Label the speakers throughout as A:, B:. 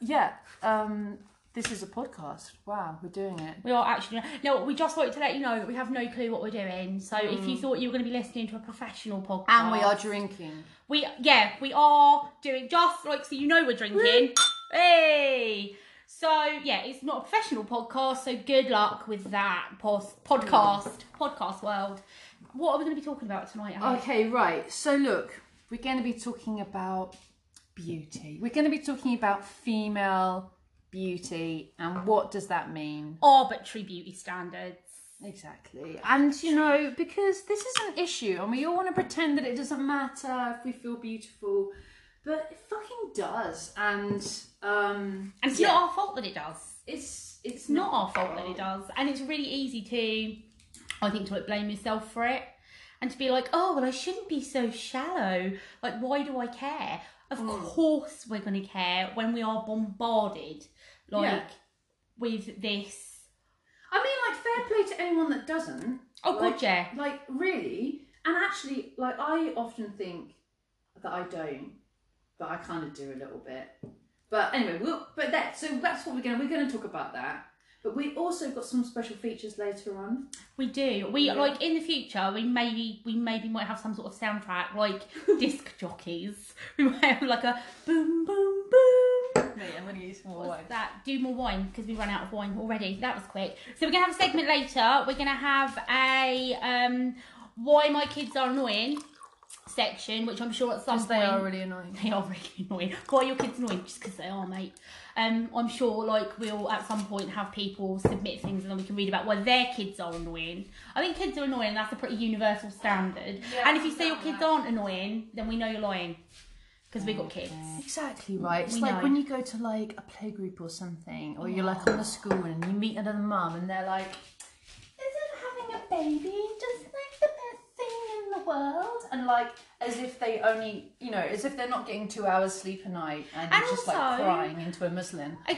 A: yeah, um, this is a podcast. Wow, we're doing it.
B: We are actually no. We just wanted to let you know that we have no clue what we're doing. So if you thought you were going to be listening to a professional podcast,
A: Hmm. And we are drinking.
B: we yeah, we are doing just like so you know we're drinking. hey. So yeah, it's not a professional podcast. So good luck with that pos- podcast podcast world. What are we going to be talking about tonight? Alex?
A: Okay, right. So look, we're going to be talking about beauty. We're going to be talking about female beauty and what does that mean
B: Arbitrary beauty standards.
A: exactly? And you know, because this is an issue, and we all want to pretend that it doesn't matter if we feel beautiful, but it fucking does. And um,
B: And it's
A: yeah,
B: not our fault that it does.
A: It's
B: It's not our fault that it
A: Oh.
B: does. And it's really easy to, I think, to like blame yourself for it and to be like, oh, well, I shouldn't be so shallow. Like, why do I care? Of
A: Mm.
B: course, we're going to care when we are bombarded, like,
A: Yeah.
B: with this.
A: I mean, like, fair play to anyone that doesn't.
B: Oh,
A: like,
B: God, yeah.
A: Like, really. And actually, like, I often think that I don't, but I kind of do a little bit. But anyway, we'll, but that, so that's what we're going to, we're going to talk about that. But we also got some special features later on.
B: We do. We
A: Yeah.
B: like in the future. We maybe we maybe might have some sort of soundtrack like disc jockeys. We might have like a boom boom boom.
A: Mate, I'm going to use more
B: What's that? Do more wine because we ran out of wine already. That was quick. So we're gonna have a segment later. We're gonna have a um, why my kids are annoying section, which I'm sure at some point
A: really annoying.
B: they are really annoying. Why are your kids annoying? Just because they are, mate. Um, I'm sure like we'll at some point have people submit things and then we can read about why their kids are annoying. I think kids are annoying. That's a pretty universal standard.
A: Yeah,
B: and if you say your
A: yeah.
B: kids aren't annoying, then we know you're lying because we got kids.
A: Exactly right. It's
B: We
A: like
B: know.
A: when you go to like a playgroup or something, or you're like on the school and you meet another mum and they're like, "Isn't having a baby just like the best thing in the world?" And like as if they only, you know, as if they're not getting two hours sleep a night and,
B: And
A: you're just like
B: also-
A: crying into a muslin.
B: I,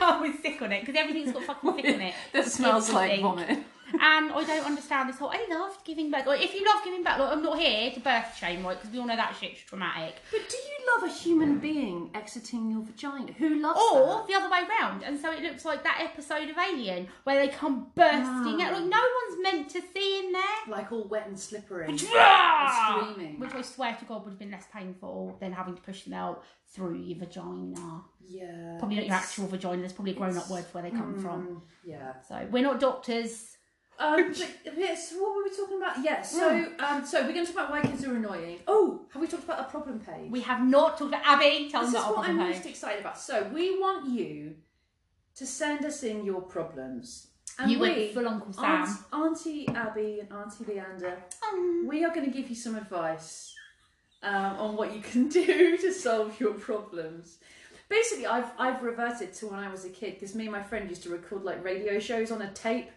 B: I was sick on it because everything's got fucking sick on it.
A: that smells
B: It's
A: like
B: sick.
A: vomit.
B: And I don't understand this whole. I loved giving birth. Like, if you love giving birth, like, I'm not here to birth shame, right? Because we all know that shit's traumatic.
A: But do you love a human being exiting your vagina? Who loves
B: Or the other way round, and so it looks like that episode of Alien where they come bursting out. Like no one's meant to see in there.
A: Like all wet and slippery. screaming.
B: Which I swear to God would have been less painful than having to push them out through your vagina.
A: Yeah.
B: Probably not your
A: It's- mm.
B: actual vagina. There's probably a grown-up word for where they come from.
A: Yeah.
B: So we're not doctors.
A: Um, but, yes, what were we talking about? Yes, so um, so we're going to talk about why kids are annoying. Oh, have we talked about a problem page?
B: We have not talked about Abby. Tell
A: this
B: us
A: is
B: about
A: what I'm
B: Occupy.
A: most excited about. So we want you to send us in your problems. And
B: You
A: we,
B: went full Uncle Sam.
A: Aunt, Auntie Abby and Auntie Leander,
B: Um,
A: we are going to give you some advice um, on what you can do to solve your problems. Basically, I've, I've reverted to when I was a kid because me and my friend used to record like radio shows on a tape.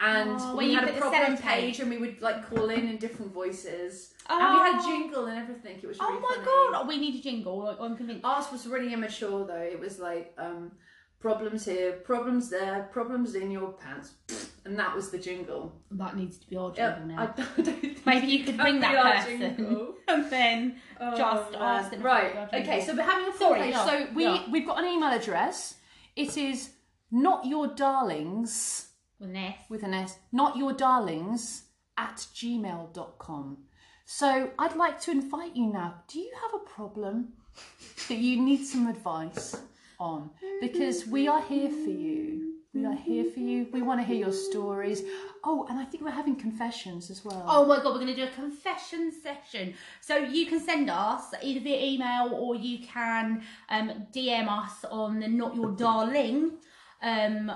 A: And
B: Oh, where
A: we
B: you
A: had
B: put
A: a
B: the
A: problem
B: sellotape.
A: page, and we would like call in in different voices, and we had a
B: Oh.
A: jingle and everything. It was
B: Oh
A: really
B: my
A: funny.
B: god, we need a jingle. Like, I'm convinced.
A: Ours was really immature though. It was like um, problems here, problems there, problems in your pants, and that was the jingle.
B: That needs to be our
A: Yeah,
B: jingle
A: I
B: now.
A: don't think
B: Maybe you could
A: that
B: bring
A: be
B: that
A: our
B: person.
A: jingle.
B: and then just
A: Oh, man.
B: ask them. if
A: Uh, Right.
B: they've got a
A: Okay.
B: jingle.
A: So we're having a
B: Sorry,
A: page.
B: yeah,
A: So we
B: yeah.
A: we've got an email address. It is not your darlings
B: With an S.
A: with an S, not your darlings at gmail.com. So I'd like to invite you now. Do you have a problem that you need some advice on? Because we are here for you. We are here for you. We want to hear your stories. Oh, and I think we're having confessions as well.
B: Oh my god, we're going to do a confession session. So you can send us either via email or you can um, DM us on the Not Your Darling um,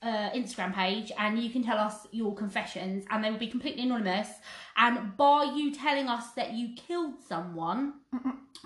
B: uh, Instagram page and you can tell us your confessions and they will be completely anonymous. And by you telling us that you killed someone,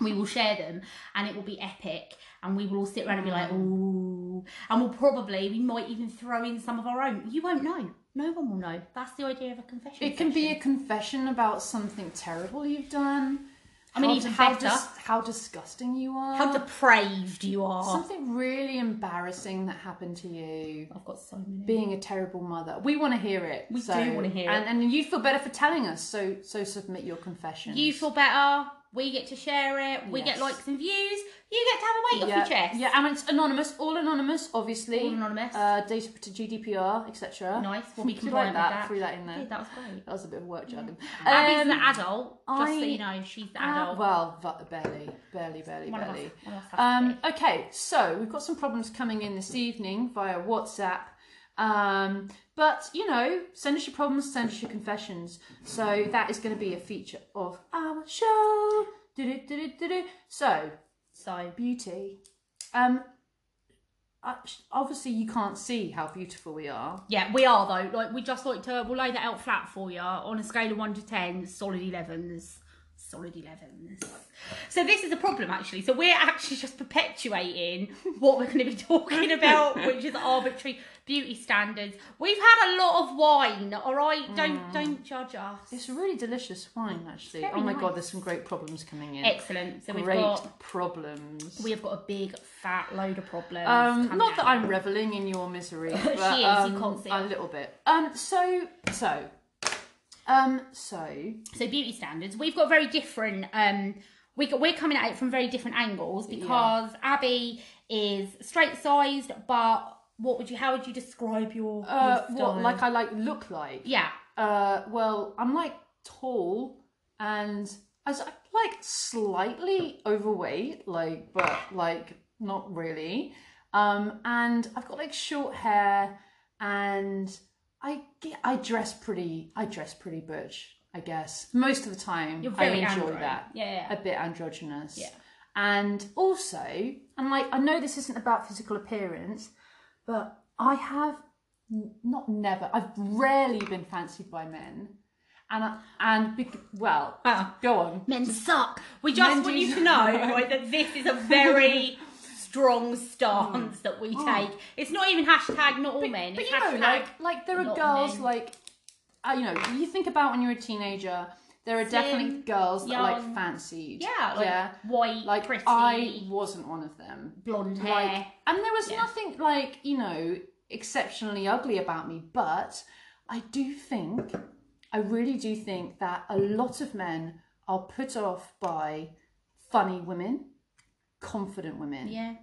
B: we will share them and it will be epic. And we will all sit around and be
A: Mm.
B: like, ooh. And we'll probably, we might even throw in some of our own. You won't know. No one will know. That's the idea of a confession.
A: It can be
B: session.
A: a confession about something terrible you've done.
B: I mean,
A: how,
B: even
A: how,
B: better.
A: dis- how disgusting you are.
B: How oh. depraved you are.
A: something really embarrassing that happened to you.
B: I've got so many.
A: being a terrible mother. We want to hear it. We
B: do wanna hear
A: and, And you feel better for telling us. So so submit your confession.
B: you feel better? We get to share it. We
A: Yes.
B: get likes and views. You get to have a weight off your chest.
A: yeah, and it's anonymous, all anonymous, obviously.
B: All anonymous.
A: Uh, data to GDPR, etc.
B: Nice. We'll be
A: Did you
B: compliant
A: like
B: with
A: that?
B: that.
A: Threw that in there.
B: Yeah, that was great.
A: That was a bit of work jargon.
B: Abby's an
A: Um,
B: adult. Just so
A: I-
B: you know, she's the
A: uh,
B: adult.
A: well, va- barely, barely, barely,
B: One of us-
A: barely.
B: one of us has to
A: Um, okay, so we've got some problems coming in this evening via WhatsApp. Um, but you know, send us your problems, send us your confessions. So that is going to be a feature of our show. Do-do-do-do-do-do. So
B: So
A: beauty. Um, uh, obviously you can't see how beautiful we are.
B: yeah, we are though. Like we just like to we'll lay that out flat for you on a scale of one to ten, solid elevens. Solid elevens. So this is a problem actually. So we're actually just perpetuating what we're gonna be talking about, which is arbitrary beauty standards. We've had a lot of wine, alright? Don't don't judge us.
A: Mm. It's a really delicious wine, actually.
B: very
A: Oh my
B: nice.
A: god, there's some great problems coming in.
B: Excellent. So we've
A: great
B: got
A: problems.
B: we have got a big fat load of problems.
A: Um,
B: coming
A: not that
B: out.
A: I'm reveling in your misery, but
B: is, you
A: um,
B: can't see
A: a
B: it.
A: little bit. Um, so, so, um, so,
B: so beauty standards we've got very different um we got, we're coming at it from very different angles because abby is straight sized but what would you how would you describe your,
A: uh,
B: your
A: what
B: style?
A: like I like look like?
B: yeah
A: Uh, well, I'm like tall and as I like slightly overweight, like but like not really. Um, and I've got like short hair, and I get I dress pretty. I dress pretty butch, I guess. Most of the time,
B: you're
A: I
B: very
A: enjoy
B: andro.
A: that
B: yeah,
A: a
B: yeah.
A: bit androgynous.
B: Yeah.
A: And also, and like, I know this isn't about physical appearance, but I have n- not never, I've rarely been fancied by men. And, I, and bec well,
B: Wow.
A: go on.
B: men suck we just
A: Men
B: want
A: do
B: you to know right, that this is a very strong stance that we take it's not even hashtag not all men
A: But
B: it's
A: you know,
B: hashtag
A: like, like there are
B: a lot of
A: girls
B: men.
A: like, uh, you know, you think about when you're a teenager, there are definitely girls that are like
B: young.
A: fancied.
B: yeah like
A: yeah.
B: white
A: Like
B: pretty
A: I wasn't one of them.
B: blonde hair
A: like and there was
B: Yeah.
A: nothing like you know exceptionally ugly about me but i do think i really do think that a lot of men are put off by funny women confident women
B: yeah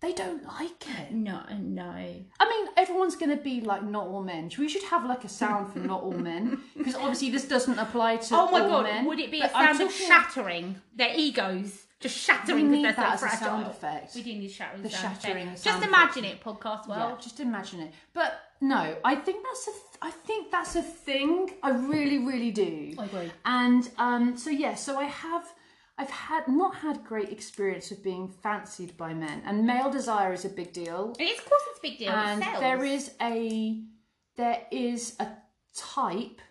A: they don't like it
B: no no
A: i mean everyone's going to be like not all men we should have like a sound for not all men because obviously this doesn't apply to
B: Oh my
A: all
B: god,
A: men,
B: would it be
A: but
B: a
A: I'm
B: sound of
A: talking-
B: shattering their egos? Just shattering
A: We need
B: because they're
A: that
B: so
A: as a
B: fragile.
A: sound effect.
B: We do need shattering.
A: The
B: sound effect.
A: shattering
B: Just
A: sound
B: imagine it, podcast
A: Yeah,
B: world.
A: just imagine it. But no, I think that's a th- I think that's a thing. I really, really do.
B: I agree.
A: And um, so yeah, so I have I've had not had great experience of being fancied by men, and male desire is a big deal.
B: It is, of course, it's a big deal.
A: and
B: it sells.
A: there is a there is a type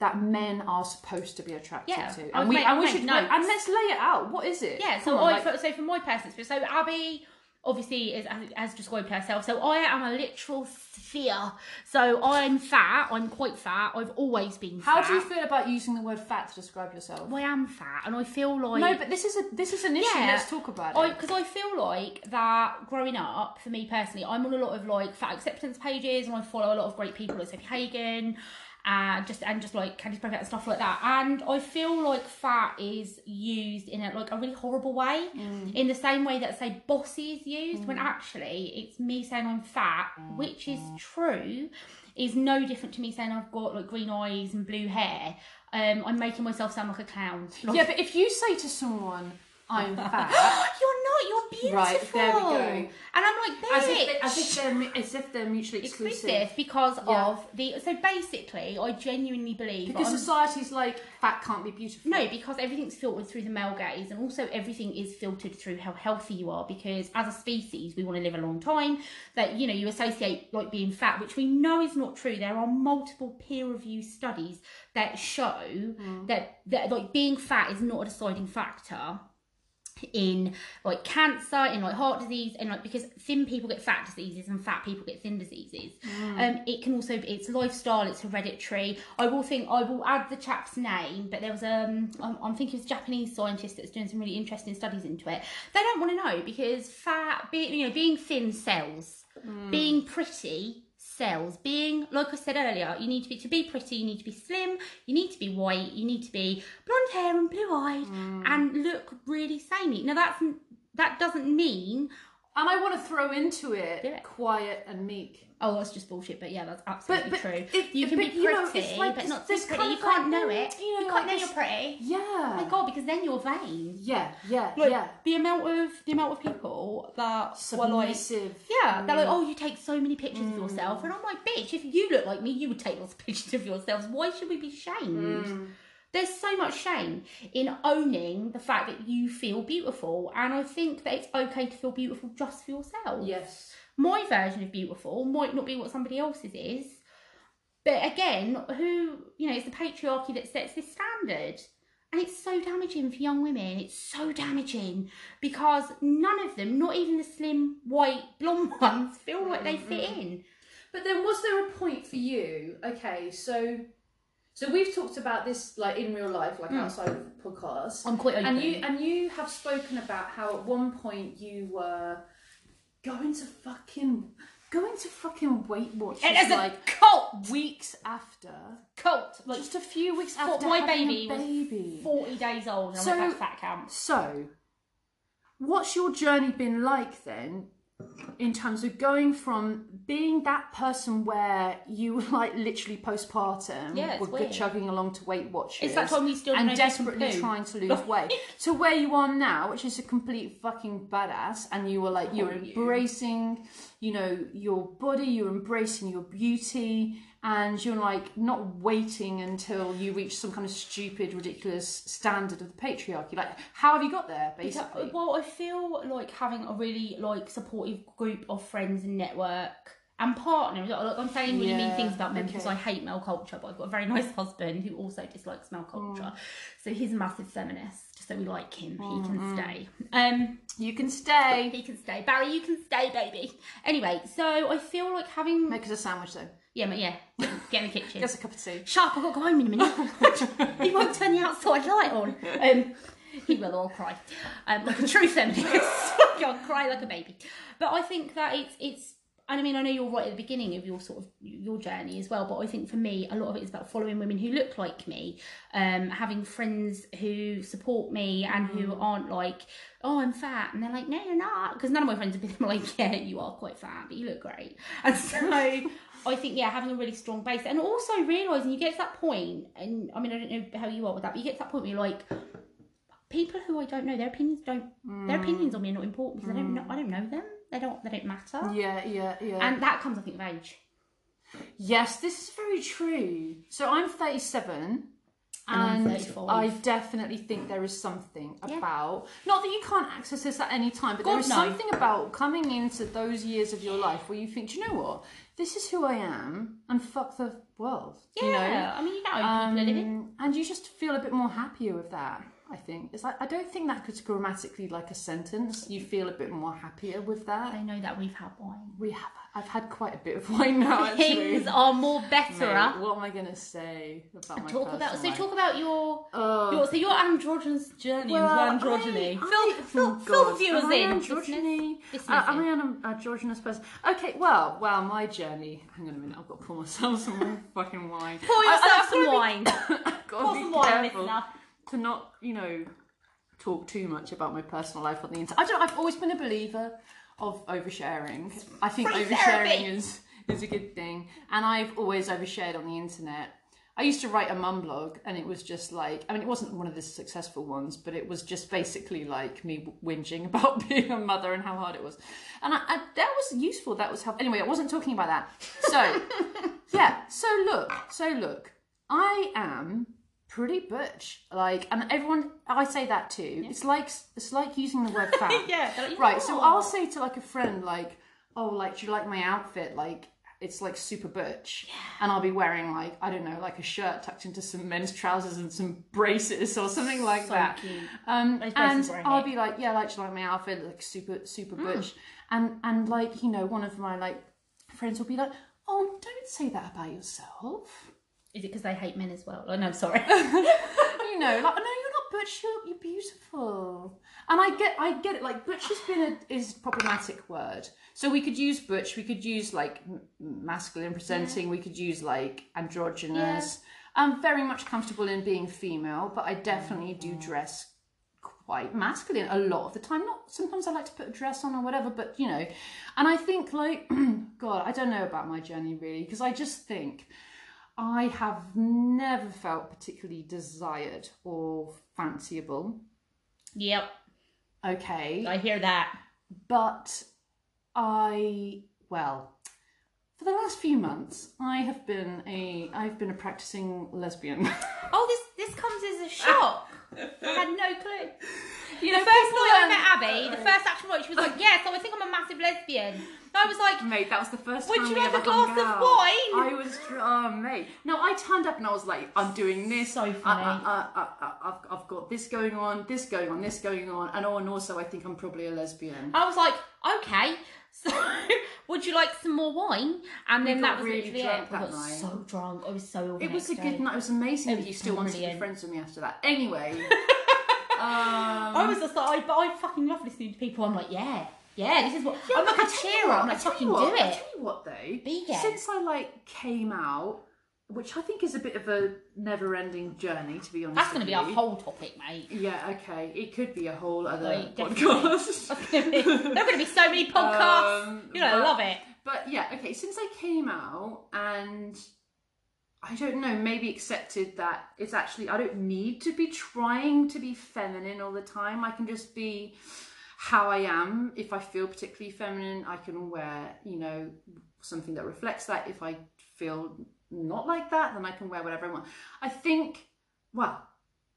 A: that men are supposed to be attracted
B: Yeah,
A: to,
B: I
A: and
B: was
A: we
B: make-
A: and we
B: make
A: should
B: notes.
A: and let's lay it out. What is it?
B: Yeah, so
A: Come on,
B: I,
A: like-
B: so from my personal experience, so Abby obviously is as, as described herself. So I am a literal sphere. So I'm fat. I'm quite fat. I've always been.
A: how
B: fat.
A: do you feel about using the word fat to describe yourself?
B: I am fat, and I feel like
A: No, but this is a this is an issue.
B: Yeah.
A: Let's talk about it.
B: because I, feel like that growing up for me personally, I'm on a lot of like fat acceptance pages, and I follow a lot of great people like Sophie Hagen, and just and just like Candice Perfect and stuff like that. And I feel like fat is used in a, like a really horrible way,
A: Mm.
B: in the same way that say bossy is used, when actually it's me saying I'm fat,
A: Mm.
B: which is true. Is no different to me saying I've got like green eyes and blue hair. Um, I'm making myself sound like a clown. Like,
A: yeah, but if you say to someone, "I'm fat,"
B: you're not. You're beautiful.
A: Right, there we go.
B: And I'm like,
A: as,
B: that's
A: if
B: it.
A: they, as if they're mu- as if they're mutually exclusive,
B: exclusive because
A: Yeah.
B: of the. So basically, I genuinely believe
A: because
B: I'm-
A: society's like fat can't be beautiful.
B: no, because everything's filtered through the male gaze, and also everything is filtered through how healthy you are. Because as a species, we want to live a long time. That you know, you associate like being fat, which we know is not true. There are multiple peer-reviewed studies that show
A: Mm.
B: that that like being fat is not a deciding factor in like cancer, in like heart disease, and like because thin people get fat diseases and fat people get thin diseases. Um, it can also be it's lifestyle, it's hereditary. I will think I will add the chap's name, but there was um I'm, I'm thinking it's a Japanese scientist that's doing some really interesting studies into it. They don't Mm. want to know because fat, be, you know, being thin sells, being pretty sells. Being, like I said earlier, you need to be to be pretty, you need to be slim, you need to be white, you need to be blonde hair and blue eyed, and look really samey. Now that's n- that doesn't mean
A: And I want to throw into it
B: Do it.
A: quiet and meek.
B: oh that's just bullshit. But yeah, that's absolutely
A: but
B: true.
A: it-
B: you can
A: but,
B: be
A: you
B: pretty,
A: know, it's like
B: but
A: this-
B: not too
A: this
B: pretty.
A: kind
B: you
A: of like,
B: can't know it.
A: you know,
B: you
A: like
B: can't know
A: this-
B: you're pretty.
A: Yeah.
B: Oh my god, because then you're vain.
A: Yeah, yeah, yeah.
B: The amount of the amount of people that were like,
A: Submissive.
B: yeah, they're like, oh, you take so many pictures of yourself, and I'm like, bitch, if you look like me, you would take lots of pictures of yourselves. Why should we be shamed? There's so much shame in owning the fact that you feel beautiful, and I think that it's okay to feel beautiful just for yourself.
A: Yes.
B: My version of beautiful might not be what somebody else's is, but again, who you know, it's the patriarchy that sets this standard. And it's so damaging for young women. It's so damaging because none of them, not even the slim, white, blonde ones, feel like they fit in.
A: But then was there a point for you? Okay, so so we've talked about this like in real life, like outside of the podcast.
B: I'm quite open.
A: and you and you have spoken about how at one point you were going to fucking going to fucking Weight Watchers
B: it is a
A: like
B: cult.
A: weeks after,
B: Cult. Like
A: just a few weeks
B: Well,
A: after
B: my
A: having
B: baby
A: a
B: was
A: baby.
B: 40 days old and I went
A: So-
B: back to fat camp.
A: So, what's your journey been like then, in terms of going from being that person where you were like literally postpartum,
B: Yeah, it's
A: were
B: weird.
A: chugging along to Weight Watchers,
B: It's like when we still
A: and
B: don't know if we can
A: desperately
B: poo.
A: trying to lose weight, to where you are now, which is a complete fucking badass, and you were like you're
B: Oh, you.
A: embracing, you know, your body, you're embracing your beauty. And you're like not waiting until you reach some kind of stupid, ridiculous standard of the patriarchy. Like, how have you got there, basically?
B: Well, I feel like having a really like supportive group of friends and network and partners. Like, I'm saying really mean
A: Yeah,
B: things about men
A: okay.
B: because I hate male culture, but I've got a very nice husband who also dislikes male culture.
A: Mm.
B: So he's a massive feminist. So we like him. He
A: mm.
B: can stay. Um,
A: You can stay.
B: he can stay. Barry, you can stay, baby. Anyway, so I feel like having
A: Make us a sandwich though.
B: yeah, ma- yeah, get in the kitchen.
A: Get us a cup of tea.
B: Sharp, I've got to go home in a minute. he won't turn the outside light on. Um, he will, I'll cry. Um, like a true feminist. I'll cry like a baby. But I think that it's, it's, and I mean, I know you're right at the beginning of your sort of your journey as well, but I think for me, a lot of it is about following women who look like me, um, having friends who support me and who aren't like, oh, I'm fat, and they're like, no, you're not, because none of my friends have been like, yeah, you are quite fat, but you look great. And so I think yeah, having a really strong base, and also realizing you get to that point, and I mean I don't know how you are with that, but you get to that point where you're like, people who I don't know, their opinions don't, their
A: Mm.
B: opinions on me are not important because I don't know, I don't know them, they don't, they don't matter,
A: Yeah, yeah, yeah.
B: and that comes I think with age.
A: yes, this is very true. So I'm 37.
B: I'm
A: And
B: 35.
A: I definitely think there is something
B: Yeah.
A: about not that you can't access this at any time, but there
B: God,
A: is
B: no.
A: something about coming into those years of your life where you think, Do you know what? This is who I am, and fuck the world.
B: Yeah,
A: You know?
B: I mean you know how
A: Um,
B: people are living.
A: and you just feel a bit more happier with that. I think it's like I don't think that could grammatically like a sentence. You feel a bit more happier with that.
B: I know that we've had wine.
A: We have. I've had quite a bit of wine now. Actually.
B: Things are more better.
A: Mate, what am I gonna say about my
B: talk about so
A: personal
B: talk about your.
A: life?
B: Your, so your androgynous journey
A: Well,
B: into androgyny.
A: I- I-
B: fill fill,
A: oh,
B: fill
A: God.
B: the viewers
A: Am I
B: in.
A: androgyny?
B: Listeners.
A: Uh, am I
B: Listeners
A: an androgynous person? Okay, well, well, my journey. Hang on a minute, I've got to pour myself some fucking wine.
B: Pour
A: I- I-
B: yourself
A: I've
B: some
A: gotta be-
B: wine.
A: I've got to
B: Pour
A: be
B: some wine,
A: careful
B: listener.
A: to not, you know, talk too much about my personal life on the internet. I don't. I've always been a believer of oversharing. I think
B: Free
A: oversharing
B: therapy.
A: is is a good thing, and I've always overshared on the internet. I used to write a mum blog, and it was just like, I mean, it wasn't one of the successful ones, but it was just basically like me whinging about being a mother and how hard it was. And I, I, that was useful. That was helpful. Anyway, I wasn't talking about that. So, yeah. So look, so look, I am pretty butch. Like, and everyone, I say that too. It's like it's like using the word fat.
B: Yeah, they're like,
A: Right. So
B: "Oh."
A: I'll say to like a friend, like, oh, like, do you like my outfit? Like. It's like super butch, and I'll be wearing like I don't know, like a shirt tucked into some men's trousers and some braces or something like
B: So
A: that.
B: cute.
A: Um,
B: Those
A: and
B: braces were a
A: I'll
B: hit.
A: be like, yeah, like do you like my outfit, like super super butch, and and like you know, one of my like friends will be like, oh, don't say that about yourself.
B: Is it because they hate men as well? Oh, no, sorry.
A: you know, like, "Oh, no, you're not Butch, you're, you're beautiful. And I get, I get it. Like Butch has been a is a problematic word. So we could use Butch. We could use like m- masculine presenting. We could use like androgynous. I'm very much comfortable in being female, but I definitely do dress quite masculine a lot of the time. Not sometimes I like to put a dress on or whatever, but you know. And I think like, God, I don't know about my journey really because I just think I have never felt particularly desired or fanciable.
B: Yep,
A: Okay.
B: I hear that.
A: But I well, for the last few months I have been a I've been a practicing lesbian.
B: Oh, this this comes as a shock. I had no clue.
A: you
B: The first boy I met Abby, the first action word, she was like, "Yes, I think I'm a massive lesbian." And I was like,
A: Mate, that was the first
B: Would
A: time
B: you
A: we
B: have
A: ever
B: a glass
A: hung
B: of
A: out.
B: wine?
A: I was, dr- oh, mate. No, I turned up and I was like, I'm doing this. Uh,
B: So
A: I-
B: funny.
A: I, I, I, I, uh, I've, I've got this going on, this going on, this going on, and oh, and also I think I'm probably a lesbian.
B: I was like, "Okay, so would you like some more wine?" And then
A: We
B: that
A: got
B: was
A: really
B: literally
A: drunk
B: it.
A: that
B: I got
A: night.
B: so drunk. I was so. ill the
A: It was a
B: next day.
A: good night. It was amazing
B: It
A: that
B: was
A: you still wanted to be
B: brilliant.
A: friends with me after that. Anyway,
B: I
A: um,
B: was just like, I, but I fucking love listening to people. I'm like, yeah, yeah, this is what. I'm
A: but
B: like
A: I
B: a
A: tell you
B: cheerer.
A: what,
B: I'm
A: I
B: like,
A: tell you
B: fucking
A: what,
B: do
A: I
B: it.
A: tell you what, though,
B: Be gay.
A: since I like came out, which I think is a bit of a never-ending journey, to be honest.
B: That's
A: going
B: going to
A: to
B: be our whole topic, mate.
A: Yeah, okay. It could be a whole other
B: Like, definitely.
A: podcast.
B: there are going to be so many podcasts.
A: Um,
B: you know, I
A: but-
B: love it.
A: But yeah, okay. Since I came out and I don't know, maybe accepted that it's actually, I don't need to be trying to be feminine all the time. I can just be how I am. If I feel particularly feminine, I can wear, you know, something that reflects that. If I feel not like that, then I can wear whatever I want. I think, well,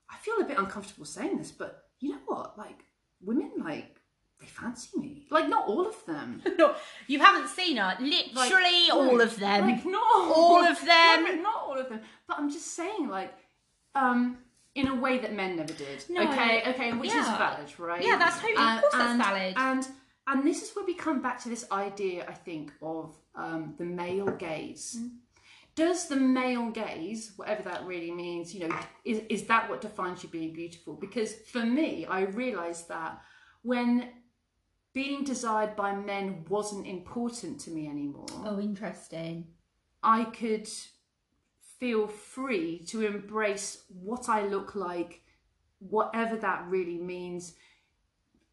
A: I feel a bit uncomfortable saying this, but you know what? Like, women, like, they fancy me. Like, not all of them.
B: No, you haven't seen her.
A: Like,
B: Literally
A: no,
B: all of them.
A: Like not all,
B: All of them.
A: No, but not all of them. But I'm just saying, like, um, in a way that men never did.
B: No.
A: Okay, okay, which is
B: Yeah.
A: valid, right? Uh,
B: Yeah, that's totally- of course that's
A: and,
B: valid.
A: And and this is where we come back to this idea, I think, of um, the male gaze.
B: Mm.
A: Does the male gaze, whatever that really means, you know, is, is that what defines you being beautiful? Because for me, I realised that when being desired by men wasn't important to me anymore.
B: oh, interesting.
A: I could feel free to embrace what I look like, whatever that really means.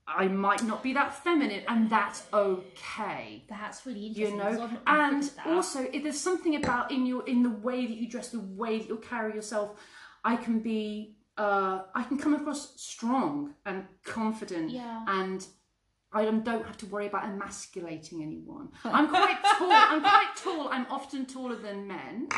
A: I might not be that feminine, and that's okay.
B: That's really interesting.
A: You
B: 'cause
A: know,
B: I've not
A: and
B: considered that.
A: also if there's something about in your in the way that you dress, the way that you carry yourself. I can be, uh, I can come across strong and confident,
B: Yeah.
A: and I don't don't have to worry about emasculating anyone. I'm quite tall. I'm quite tall. I'm often taller than men.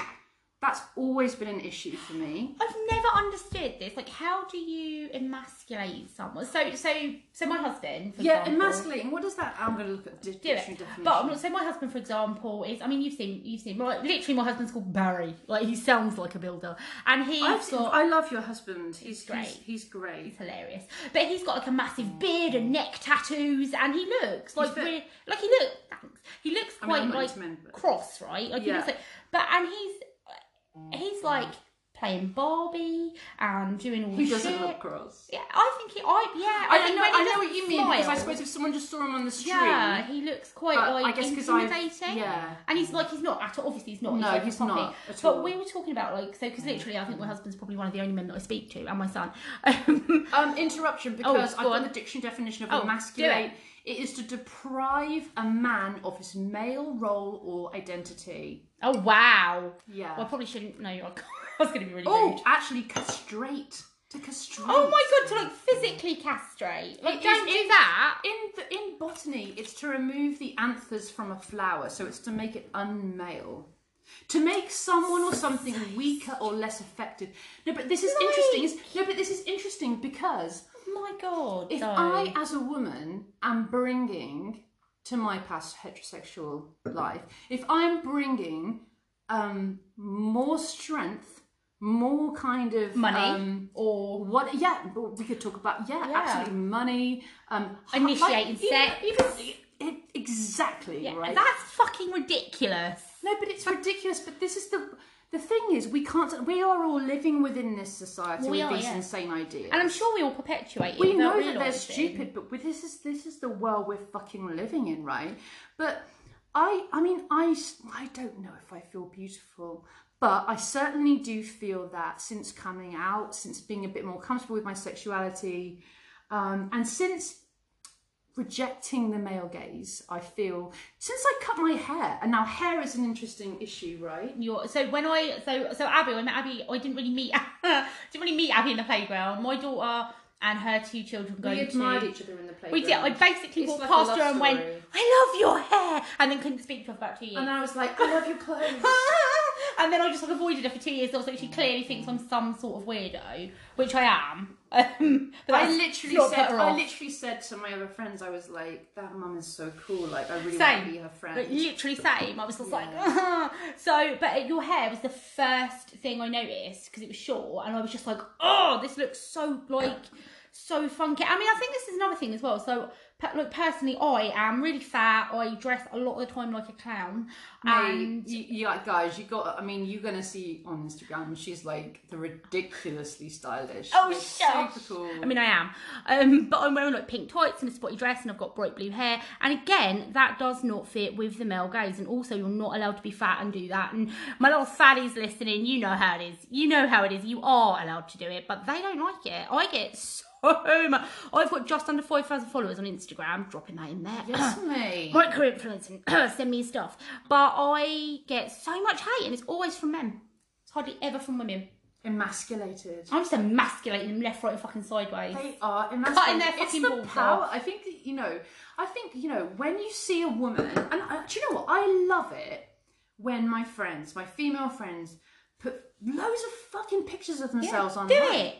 A: That's always been an issue for me.
B: I've never understood this. Like, how do you emasculate someone? So, so, so my husband. For
A: Yeah,
B: example,
A: emasculating. What does that? I'm going to look at the
B: do
A: dictionary
B: it.
A: definition.
B: But I'm not- so my husband, for example, is I mean you've seen you've seen my, literally my husband's called Barry. Like he sounds like a builder, and he's
A: I've seen-
B: got
A: I love your husband. He's
B: great.
A: He's, he's great.
B: it's hilarious, but he's got like a
A: Mm.
B: massive beard and neck tattoos, and he looks like
A: fit.
B: really, like he looks thanks he looks
A: I mean,
B: quite
A: I'm not
B: like
A: into men, but-
B: cross, right? Like he
A: Yeah.
B: looks like, but and he's he's like playing Barbie and doing all
A: He
B: the
A: doesn't
B: shit.
A: look cross.
B: Yeah, I think he. I yeah.
A: I, I
B: think
A: know,
B: when he
A: I know
B: doesn't
A: what you mean because I
B: smile-
A: suppose if someone just saw him on the street,
B: Yeah, he looks quite
A: But
B: like
A: I guess 'cause I've-
B: intimidating.
A: yeah.
B: and he's like he's not at all. Obviously, he's not.
A: No,
B: like a
A: he's
B: puppy.
A: not at
B: but
A: all. Mm.
B: we were talking about like so because literally, I think my husband's probably one of the only men that I speak to, and my son. Um,
A: Um, interruption because
B: go
A: I've got
B: on.
A: the dictionary definition of
B: Oh,
A: emasculate. It is to deprive a man of his male role or identity.
B: oh wow.
A: Yeah.
B: Well, I probably shouldn't. No, I, can't. I was going to be really
A: oh,
B: rude.
A: actually, castrate. To castrate.
B: Oh my god, to like physically castrate. Like
A: It
B: don't
A: is-
B: do
A: it-
B: that.
A: In the, in botany, it's to remove the anthers from a flower, so it's to make it unmale. To make someone or something weaker or less effective. No, but this is interesting. It's- No, but this is interesting because
B: Oh my god.
A: If
B: no.
A: I, as a woman, am bringing to my past heterosexual life, if I'm bringing um, more strength, more kind of
B: money
A: um,
B: or
A: what? Yeah, but we could talk about yeah,
B: Yeah.
A: absolutely money, um, h-
B: Initiating sex.
A: even, even it, exactly
B: yeah,
A: right.
B: that's fucking ridiculous.
A: no, but it's ridiculous. But this is the The thing is, we can't. We are all living within this society
B: Well, we
A: with
B: are,
A: these
B: yeah.
A: insane ideas.
B: And I'm sure we will perpetuate it.
A: we
B: without
A: know that they're
B: realising.
A: stupid, but we- this is this is the world we're fucking living in, right? But I, I mean, I, s- I don't know if I feel beautiful, but I certainly do feel that since coming out, since being a bit more comfortable with my sexuality, um, and since rejecting the male gaze, I feel since I cut my hair, and now hair is an interesting issue, right?
B: Your, so when I so so Abby, when I met Abby, I didn't really meet didn't really meet Abby in the playground. My daughter and her two children go
A: We
B: to
A: admired each other in the playground.
B: We did. I basically
A: It's
B: walked
A: like a
B: past
A: love
B: her and went,
A: story.
B: "I love your hair," and then couldn't speak to her for about two years.
A: and I was like, I love your clothes.
B: and then I just like avoided her for two years. Also, she clearly thinks I'm some sort of weirdo, which I am. Um, but
A: I
B: that's
A: literally
B: not
A: said,
B: put her
A: I
B: off.
A: literally said to my other friends, I was like, that mum is so cool. Like, I really want to be her
B: same, but
A: friend.
B: literally same. I was just like, so. But your hair was the first thing I noticed because it was short, and I was just like, oh, this looks so like so funky. I mean, I think this is another thing as well. So, pe- look, personally, I am really fat. I dress a lot of the time like a clown,
A: Hey,
B: and
A: you, you, like, guys, you got. I mean, you're gonna see on Instagram. She's like the ridiculously stylish.
B: Oh,
A: like,
B: shush.
A: super cool.
B: I mean, I am. Um, but I'm wearing like pink tights and a spotty dress, and I've got bright blue hair. And again, that does not fit with the male gaze. And also, you're not allowed to be fat and do that. And my little fatties listening, you know how it is. You know how it is. You are allowed to do it, but they don't like it. I get so much. I've got just under 5,000 followers on Instagram. Dropping that in there.
A: yes, mate.
B: Micro influencing, send me your stuff. But I get so much hate, and it's always from men. It's hardly ever from women.
A: Emasculated.
B: I'm just emasculating them left, right, and fucking sideways.
A: They are
B: Oh. Cutting
A: emasculated.
B: their
A: it's
B: fucking
A: the
B: balls
A: power.
B: off.
A: I think that, you know. I think you know when you see a woman, and I, do you know what? I love it when my friends, my female friends, put loads of fucking pictures of themselves
B: do
A: online.
B: it.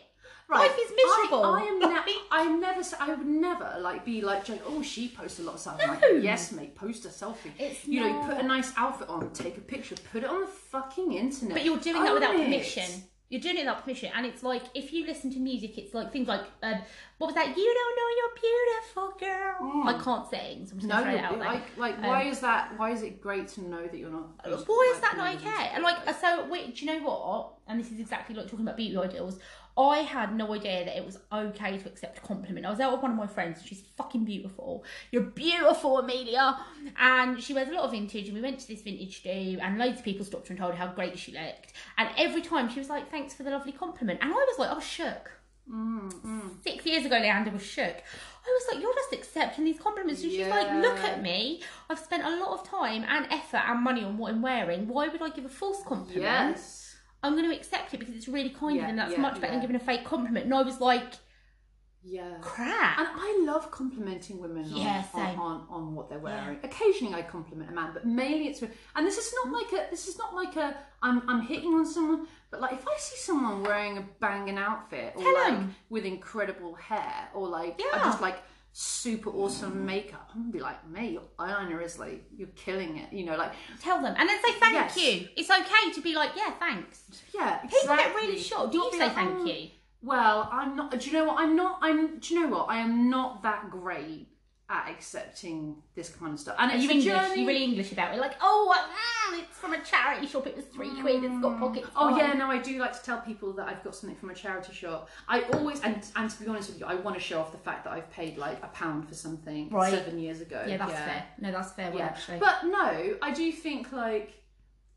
B: Life is miserable.
A: I, I am. Ne-
B: Like-
A: I never. s- I would never like be like, Jane, oh, she posts a lot of selfies. Like,
B: No.
A: yes, mate, post a selfie.
B: It's
A: you know,
B: not-
A: put a nice outfit on, take a picture, put it on the fucking internet.
B: But you're doing that
A: Own
B: without
A: it.
B: permission. You're doing it without permission, and it's like if you listen to music, it's like things like um, what was that? You don't know you're beautiful, girl. I can't sing, so I'm
A: Mm.
B: just
A: No,
B: gonna throw it out
A: you're-
B: there.
A: like, like, why is that? Why is it great to know that you're not?
B: Um, Why is that not
A: like,
B: okay? Like, so, wait, do you know what? And this is exactly like talking about beauty ideals. I had no idea that it was okay to accept a compliment. I was out with one of my friends, she's fucking beautiful. You're beautiful, Amelia. And she wears a lot of vintage, and we went to this vintage do, and loads of people stopped her and told her how great she looked. And every time she was like, thanks for the lovely compliment. And I was like, I was shook. Six years ago, Leander was shook. I was like, you're just accepting these compliments. And she's like, look
A: Yeah.
B: at me. I've spent a lot of time and effort and money on what I'm wearing. Why would I give a false compliment?
A: Yes.
B: I'm going to accept it because it's really kind
A: Yeah,
B: of and that's
A: yeah,
B: much better than
A: yeah.
B: giving a fake compliment. And I was like,
A: Yeah.
B: crap.
A: And I love complimenting women on,
B: Yeah,
A: on,
B: same.
A: on, on what they're wearing. Occasionally, I compliment a man, but mainly it's. And this is not like a. This is not like a. I'm I'm hitting on someone, but like if I see someone wearing a banging outfit or
B: Tell
A: like
B: 'em.
A: with incredible hair or like
B: Yeah.
A: just like super awesome makeup, I'm gonna be like, mate, your eyeliner is like you're killing it. You know, like
B: Tell them. And then say thank
A: Yes.
B: you. It's okay to be like, yeah, thanks.
A: yeah,
B: People
A: exactly.
B: get really shocked. Do
A: Not
B: you
A: be
B: say
A: like,
B: thank
A: "Oh,
B: you?
A: Well, I'm not. Do you know what? I'm not. I'm. Do you know what? I am not that great at accepting this kind of stuff. And it's
B: You
A: a
B: English,
A: journey.
B: you're really English about it. Like, oh, mm, it's from a charity shop. It was three quid. It's got pockets.
A: Oh
B: on."
A: yeah, no, I do like to tell people that I've got something from a charity shop. I always and and to be honest with you, I want to show off the fact that I've paid like a pound for something
B: Right.
A: seven years ago.
B: Yeah, that's fair. No, that's fair. One,
A: Yeah.
B: actually.
A: But no, I do think like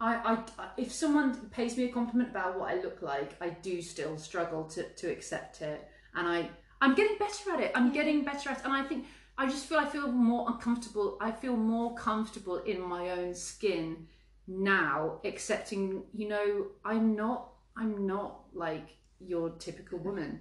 A: I, I if someone pays me a compliment about what I look like, I do still struggle to, to accept it. And I I'm getting better at it. I'm getting better at it. And I think I just feel I feel more uncomfortable. I feel more comfortable in my own skin now, accepting, you know, I'm not I'm not like your typical woman.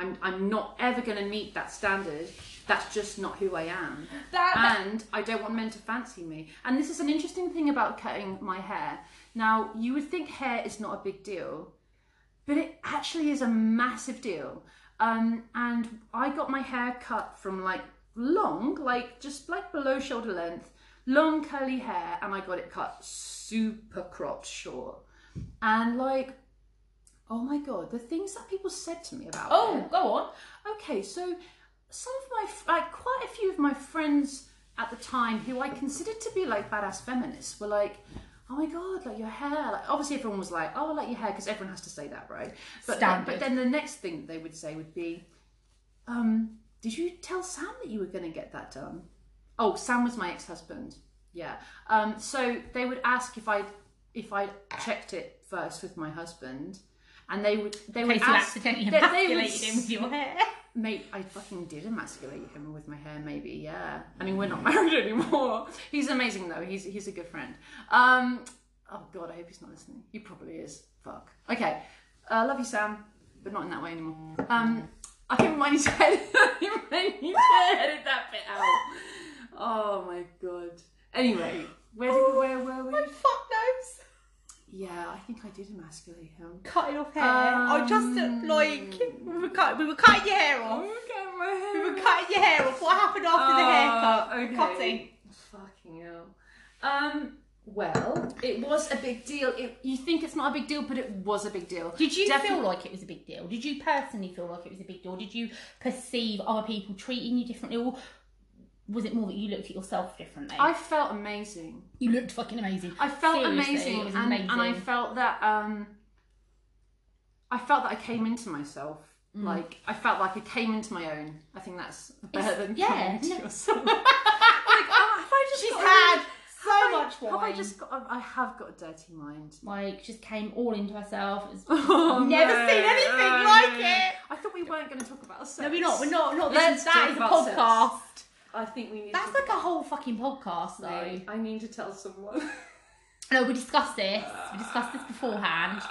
A: I'm, I'm not ever going to meet that standard. That's just not who I am
B: That-
A: and I don't want men to fancy me. And this is an interesting thing about cutting my hair. Now, you would think hair is not a big deal, but it actually is a massive deal. Um, and I got my hair cut from like long, like just like below shoulder length, long curly hair, and I got it cut super cropped short. And like, oh my god, the things that people said to me about it.
B: oh, go on.
A: Okay, so some of my, f- like, quite a few of my friends at the time who I considered to be like badass feminists were like, oh my god, like your hair. Like obviously everyone was like, oh, I like your hair because everyone has to say that, right? But then, but
B: Standard.
A: then the next thing they would say would be, um, did you tell Sam that you were going to get that done? Oh, Sam was my ex-husband. Yeah. Um, so they would ask if I if I checked it first with my husband, and they would they
B: In
A: would
B: case you
A: ask
B: accidentally
A: they- they would
B: emasculated him with your hair.
A: Mate, I fucking did emasculate him with my hair. Maybe, yeah. I mean, we're not married anymore. He's amazing though. He's he's a good friend. Um, oh god, I hope he's not listening. He probably is. Fuck. Okay, uh, love you, Sam, but not in that way anymore. Um, I think we might need to edit. we might need to edit that bit out. Oh my god. Anyway, where did we, where were we?
B: fuck knows.
A: Yeah, I think I did emasculate him.
B: Cutting off hair. I just
A: Um,
B: like we were cutting we were cutting your hair
A: Oh,
B: off. We were cutting your hair off. What happened after the haircut?
A: Oh, okay.
B: Cutting.
A: Fucking hell. Um. Well, it was a big deal. It, you think it's not a big deal, but it was a big deal.
B: Did you
A: Defi-
B: feel like it was a big deal? Did you personally feel like it was a big deal? Did you perceive other people treating you differently, or was it more that you looked at yourself differently?
A: I felt amazing.
B: you looked fucking amazing.
A: I felt
B: Seriously,
A: amazing,
B: it was
A: and,
B: amazing.
A: and I felt that um, I felt that I came into myself.
B: Mm.
A: Like I felt like I came into my own. I think that's better
B: It's-
A: than
B: yeah,
A: coming into
B: no.
A: yourself. like, oh, have I just
B: She's
A: got a
B: had
A: really-
B: so
A: have I-
B: much wine.
A: Have I just got? a- I have got a dirty mind.
B: like just came all into herself. It was-
A: Oh,
B: never
A: no.
B: seen anything
A: Oh,
B: like
A: no.
B: it.
A: I thought we weren't going to talk about sex.
B: No, we're not. We're not. Not
A: Let's
B: this. That
A: talk
B: is a
A: about sex.
B: podcast.
A: I think we need.
B: That's
A: to
B: like a whole fucking podcast, though.
A: I need to tell someone.
B: No, we discussed this. We discussed this beforehand.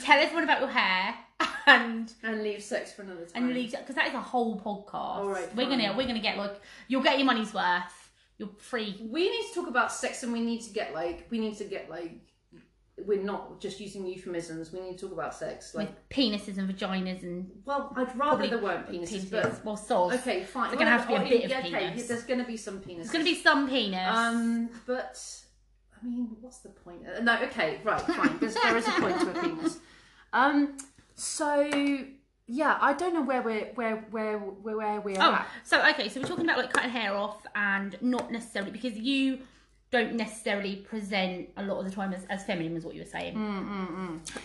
B: Tell everyone about your hair and
A: and leave sex for another time.
B: and leave because that is a whole podcast.
A: All right,
B: we're gonna
A: fine.
B: we're gonna get like you'll get your money's worth. You're free.
A: We need to talk about sex, and we need to get like we need to get like we're not just using euphemisms. We need to talk about sex. Like,
B: Penises and vaginas and
A: well, I'd rather
B: probably
A: there weren't penises, but
B: well, soz.
A: okay, fine.
B: There's gonna have to be a
A: Well,
B: bit of
A: yeah, okay,
B: penis.
A: There's going to be some penis.
B: There's gonna be some penis.
A: Um, but I mean, what's the point? Uh, No, okay, right, fine. There's, there is a point to a penis. Um, so yeah, I don't know where we're where where where, where we are.
B: Oh,
A: at.
B: so okay, so we're talking about like cutting hair off and not necessarily because you don't necessarily present a lot of the time as, as feminine was what you were saying.
A: Mm.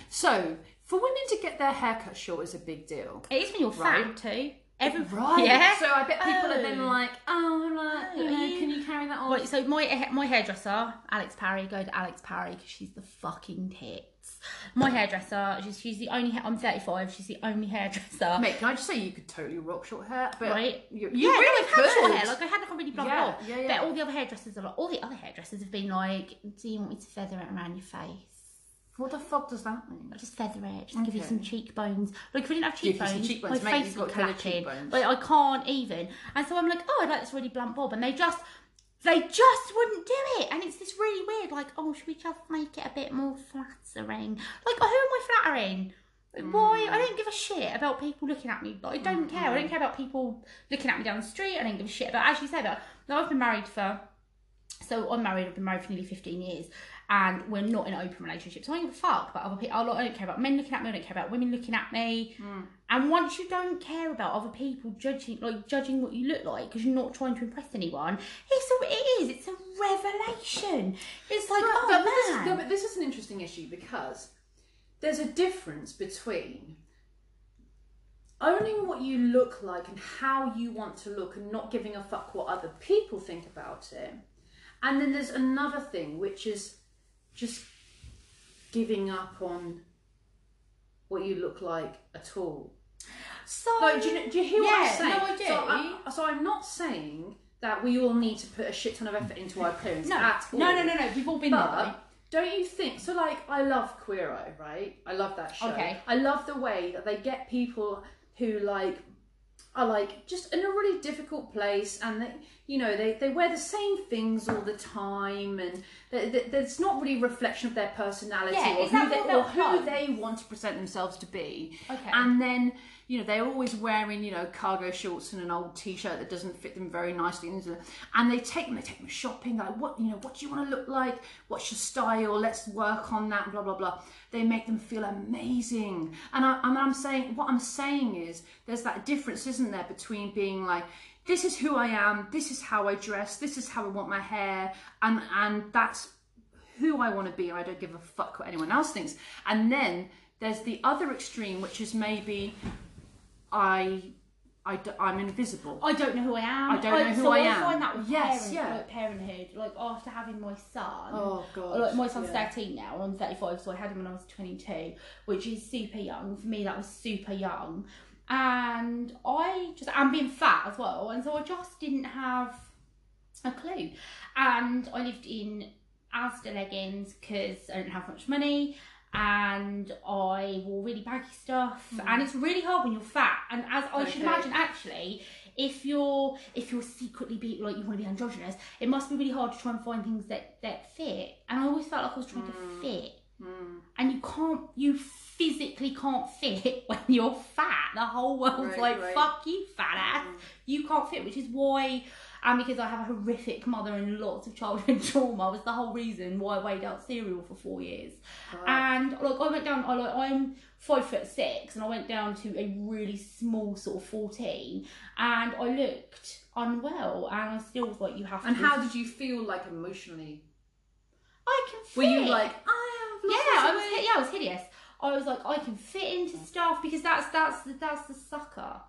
A: So for women to get their hair cut short is a big deal.
B: It is when you're
A: Right.
B: fat too. Every,
A: Oh, Right.
B: Yeah.
A: So I bet people are
B: Oh.
A: then like, oh, I'm like,
B: Oh,
A: you know,
B: are you-
A: can you carry that on?
B: Right, so my my hairdresser, Alex Parry, go to Alex Parry because she's the fucking tits. My hairdresser, she's, she's the only. ha- I'm 35. She's the only hairdresser.
A: Mate, can I just say you could totally rock short hair, but
B: Right?
A: you, you
B: yeah,
A: really
B: no, I've had short
A: could.
B: hair. Like I had like a really blonde
A: Yeah,
B: bob.
A: yeah, yeah.
B: But all the other hairdressers are like, all the other hairdressers have been like, do you want me to feather it around your face?
A: what the fuck does that mean?
B: I'll just feather it. Just give you
A: Okay.
B: some cheekbones. Like if we didn't have
A: Give you some
B: cheekbones,
A: cheekbones,
B: my
A: mate,
B: face
A: you've
B: would
A: got killer
B: clack in.
A: cheekbones.
B: Like I can't even. And so I'm like, oh, I like this really blunt bob, and they just. They just wouldn't do it, and it's this really weird. Like, oh, should we just make it a bit more flattering? Like, who am I flattering? Why?
A: Mm.
B: I don't give a shit about people looking at me. Like, I don't care. I don't care about people looking at me down the street. I don't give a shit about. As you said, that I've been married for so I'm married. I've been married for nearly 15 years, and we're not in an open relationship. So I don't give a fuck about other people. I don't- I don't care about men looking at me. I don't care about women looking at me.
A: Mm.
B: And once you don't care about other people judging, like judging what you look like, because you're not trying to impress anyone, it's a, it is. It's a revelation. It's like,
A: But-
B: oh
A: but, but
B: man.
A: This, no, but this is an interesting issue because there's a difference between owning what you look like and how you want to look and not giving a fuck what other people think about it. And then there's another thing, which is just giving up on what you look like at all.
B: so
A: Like, do you, do you hear what I'm
B: Yeah,
A: saying?
B: no, I do.
A: So, I, so I'm not saying that we all need to put a shit ton of effort into our appearance
B: no,
A: at all.
B: no, no, no, no. We've all been there. right?
A: But don't you think so? Like, I love Queer Eye, right? I love that show.
B: Okay.
A: I love the way that they get people who like are like just in a really difficult place, and they, you know, they they wear the same things all the time, and th th it's not really a reflection of their personality
B: Yeah,
A: or
B: is
A: who
B: that
A: they
B: what
A: or
B: they'll
A: who
B: find?
A: they want to present themselves to be.
B: Okay.
A: And then you know they're always wearing you know cargo shorts and an old t-shirt that doesn't fit them very nicely, and- and they take them they take them shopping like what you know what do you want to look like? What's your style? Let's work on that. Blah blah blah. They make them feel amazing. And I, I'm, I'm saying what I'm saying is there's that difference, isn't there, between being like this is who I am, this is how I dress, this is how I want my hair, and and that's who I want to be, and I don't give a fuck what anyone else thinks. And then there's the other extreme, which is maybe I, I d- I'm invisible.
B: I don't know who I am.
A: I don't know who
B: so
A: I
B: I
A: am.
B: find that with
A: Yes,
B: parent-
A: yeah.
B: like parenthood, like after having my son.
A: Oh, God,
B: Like my son's
A: yeah.
B: 13 now, I'm 35, so I had him when I was 22, which is super young. For me, that was super young. And I just, I'm being fat as well, and so I just didn't have a clue. And I lived in Asda leggings because I didn't have much money and I wore really baggy stuff and it's really hard when you're fat and as I should
A: Hmm. Okay.
B: imagine actually if you're if you're secretly be like you want to be androgynous it must be really hard to try and find things that that fit and I always felt like I was trying
A: Hmm.
B: to fit and you can't you physically can't fit when you're fat the whole world's
A: Right,
B: like
A: right.
B: fuck you fat ass you can't fit which is why and because I have a horrific mother and lots of childhood trauma was the whole reason why I weighed out cereal for four years and like I went down I like I'm five foot six and I went down to a really small sort of 14 and I looked unwell and I still was like you have
A: And
B: to
A: how did you feel like emotionally?
B: I can fit
A: Were you like I have?
B: yeah,
A: lost
B: I
A: this
B: was
A: weight"?
B: hi- yeah, I was hideous. I was like, I can fit into stuff because that's that's the, that's the sucker,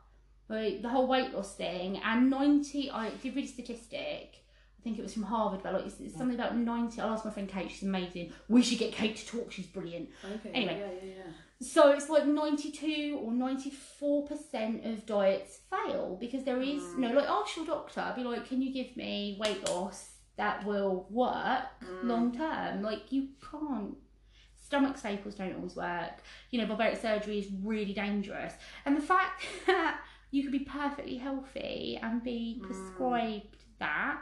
B: like the whole weight loss thing. And ninety, I did read a statistic. I think it was from Harvard, but like it's, it's something about ninety. I'll ask my friend Kate; she's amazing. We should get Kate to talk; she's brilliant.
A: Okay.
B: Anyway.
A: Yeah, yeah, yeah.
B: So it's like 92 or 94% of diets fail because there is no, like, ask your doctor, be like, can you give me weight loss that will work long term? Like, you can't. Stomach staples don't always work. You know, barbaric surgery is really dangerous. And the fact that you could be perfectly healthy and be prescribed that,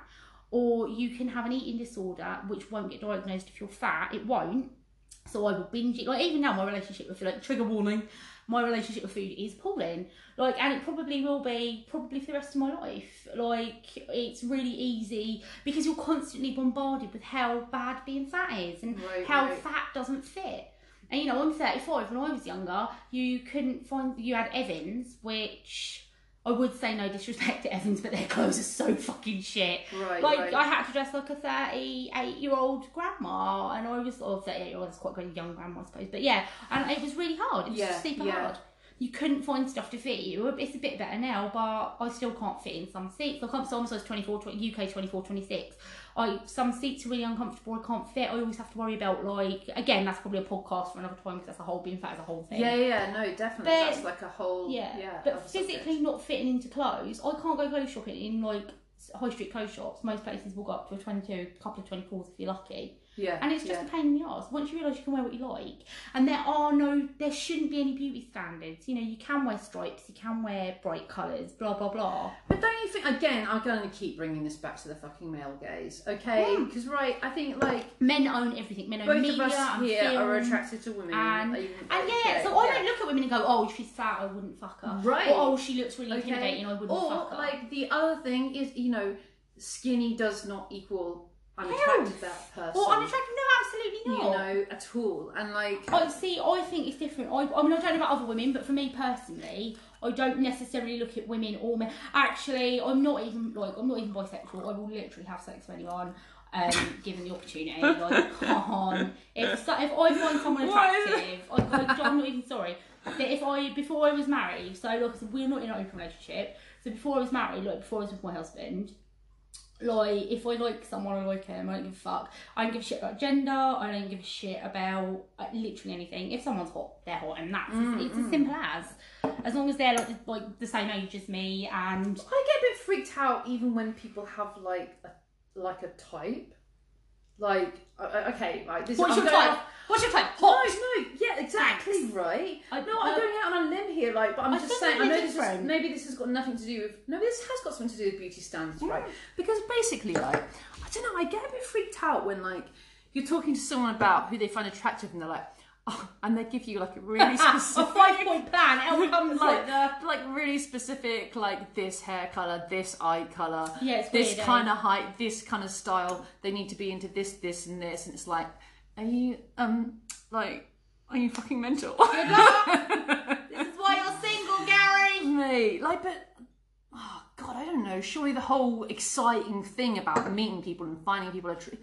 B: or you can have an eating disorder which won't get diagnosed if you're fat, it won't. So I will binge it. Like even now, my relationship with food, like trigger warning, my relationship with food is appalling. Like, and it probably will be probably for the rest of my life. Like, it's really easy because you're constantly bombarded with how bad being fat is and
A: Right,
B: how
A: right.
B: fat doesn't fit. And you know, I'm 35. When I was younger, you couldn't find you had Evans, which I would say no disrespect to Evans, but their clothes are so fucking shit
A: Right.
B: like
A: right.
B: I had to dress like a 38 year old grandma, and I was or 38 year old, it's quite a young grandma, I suppose. But yeah, and it was really hard. It was
A: Yeah,
B: super
A: yeah.
B: hard. You couldn't find stuff to fit you. It's a bit better now, but I still can't fit in some seats. I can't. So I'm size 24, 20, UK 24, 26. I some seats are really uncomfortable. I can't fit. I always have to worry about like again. That's probably a podcast for another time because that's a whole being fat is a whole thing.
A: yeah, yeah, no, definitely.
B: But-
A: That's like a whole.
B: Yeah,
A: Yeah.
B: but
A: other subject.
B: physically not fitting into clothes. I can't go clothes shopping in like high street clothes shops. Most places will go up to a 22, a couple of 24s if you're lucky.
A: Yeah.
B: And it's just
A: yeah.
B: a pain in the arse. Once you realise you can wear what you like, and there are no, there shouldn't be any beauty standards. You know, you can wear stripes, you can wear bright colours, blah, blah, blah.
A: But don't you think again? I'm going to keep bringing this back to the fucking male gaze, okay? Because right, I think like
B: Men own everything. Men own
A: both
B: media
A: of us
B: and
A: here are
B: film.
A: attracted to women,
B: and-
A: like,
B: And yeah,
A: okay,
B: so I
A: yeah.
B: don't look at women and go, oh, she's fat, I wouldn't fuck her.
A: Right.
B: Or, oh, she looks really
A: Okay.
B: intimidating, I wouldn't
A: Or
B: fuck her.
A: like the other thing is, you know, skinny does not equal unattractive that person.
B: or unattractive? No, absolutely
A: you
B: not.
A: know, at all. And like,
B: I Oh, see. I think it's different. I, I mean, I don't know about other women, but for me personally, I don't necessarily look at women or men. Actually, I'm not even like I'm not even bisexual. I will literally have sex with anyone. Um, given the opportunity, like, come on. If, so, if I find someone
A: What is it?
B: attractive, I, I, I'm not even sorry. That if I before I was married, so like I said, we're not in an open relationship. So before I was married, like before I was with my husband, like if I like someone, I like him. I don't give a fuck. I don't give a shit about gender. I don't give a shit about uh, literally anything. If someone's hot, they're hot, and that's it's as simple as. As long as they're like the, like the same age as me,
A: I
B: and
A: get a bit freaked out even when people have like a like a type. Like, uh, uh, okay, like this.
B: what's
A: I'm
B: your
A: going
B: type?
A: off-
B: What's your type?
A: No,
B: Hot.
A: no, yeah, exactly
B: Thanks.
A: right.
B: I-
A: no, I'm
B: I-
A: going out on a limb here, like, but I'm
B: I
A: just
B: think
A: saying. I
B: we're
A: know this is,
B: different.
A: maybe this has got nothing to do with. No, this has got something to do with beauty standards, right?
B: Mm.
A: Because basically, like, I don't know. I get a bit freaked out when like you're talking to someone about who they find attractive, and they're like, oh, and they give you like a really
B: Ah, a
A: specific.
B: five point plan. Out comes like
A: like
B: the.
A: uh, like really specific like this hair color this eye color
B: Yeah, it's
A: this
B: weird, eh?
A: kind of height this kind of style they need to be into this this and this and it's like are you um like are you fucking mental
B: This is why you're single, Gary.
A: me like but oh god i don't know surely the whole exciting thing about meeting people and finding people are true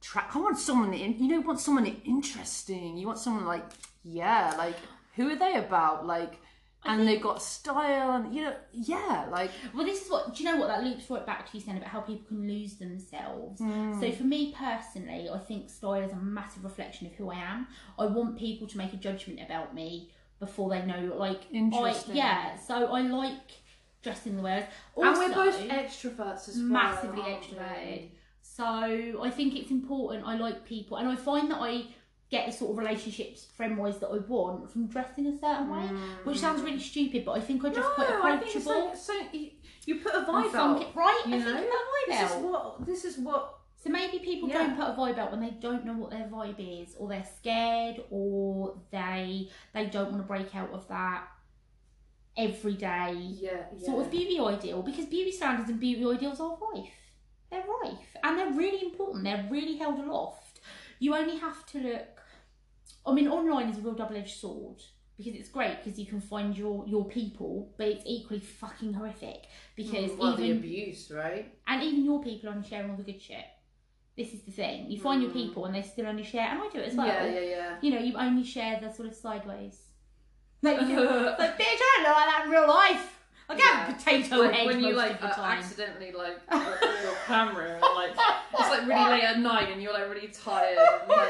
A: tra- I want someone that in- you know want someone interesting. You want someone like yeah, like who are they about? Like and they've got style and you know yeah, like
B: Well, this is what do you know what that loops right back to you saying about how people can lose themselves.
A: Hmm.
B: So for me personally, I think style is a massive reflection of who I am. I want people to make a judgment about me before they know, like,
A: Interesting.
B: I, yeah. So I like dressing the way. I was.
A: and we're both e-
B: Also-
A: extroverts as well.
B: massively
A: aren't we?
B: extroverted. So I think it's important. I like people, and I find that I get the sort of relationships friend wise that I want from dressing a certain way, which sounds really stupid, but I think I just quite
A: Hmm. No, I think it's
B: approachable.
A: like, so you, you put a
B: and
A: vibe
B: funk
A: out.
B: it- right?
A: you
B: I think
A: know?
B: you put a vibe
A: This
B: out.
A: is what this is what
B: So maybe people
A: Yeah.
B: don't put a vibe out when they don't know what their vibe is, or they're scared, or they they don't want to break out of that everyday
A: yeah, yeah.
B: sort of beauty ideal because beauty standards and beauty ideals are rife. They're rife and they're really important. They're really held aloft. You only have to look. I mean, online is a real double edged sword because it's great because you can find your your people, but it's equally fucking horrific because
A: Mm, well, the
B: even
A: abuse, right?
B: and even your people only sharing all the good shit. This is the thing. You find your people and they still only share, and I do it as well.
A: Mm. yeah, yeah, yeah.
B: You know, you only share the sort of sideways. Like, you know, it's like, bitch, I don't look like that in real life. Like, I have a potato
A: Like,
B: head
A: when you
B: most
A: like
B: of the
A: uh,
B: time.
A: accidentally like look at your camera and like it's like really late at night and you're like really tired and like,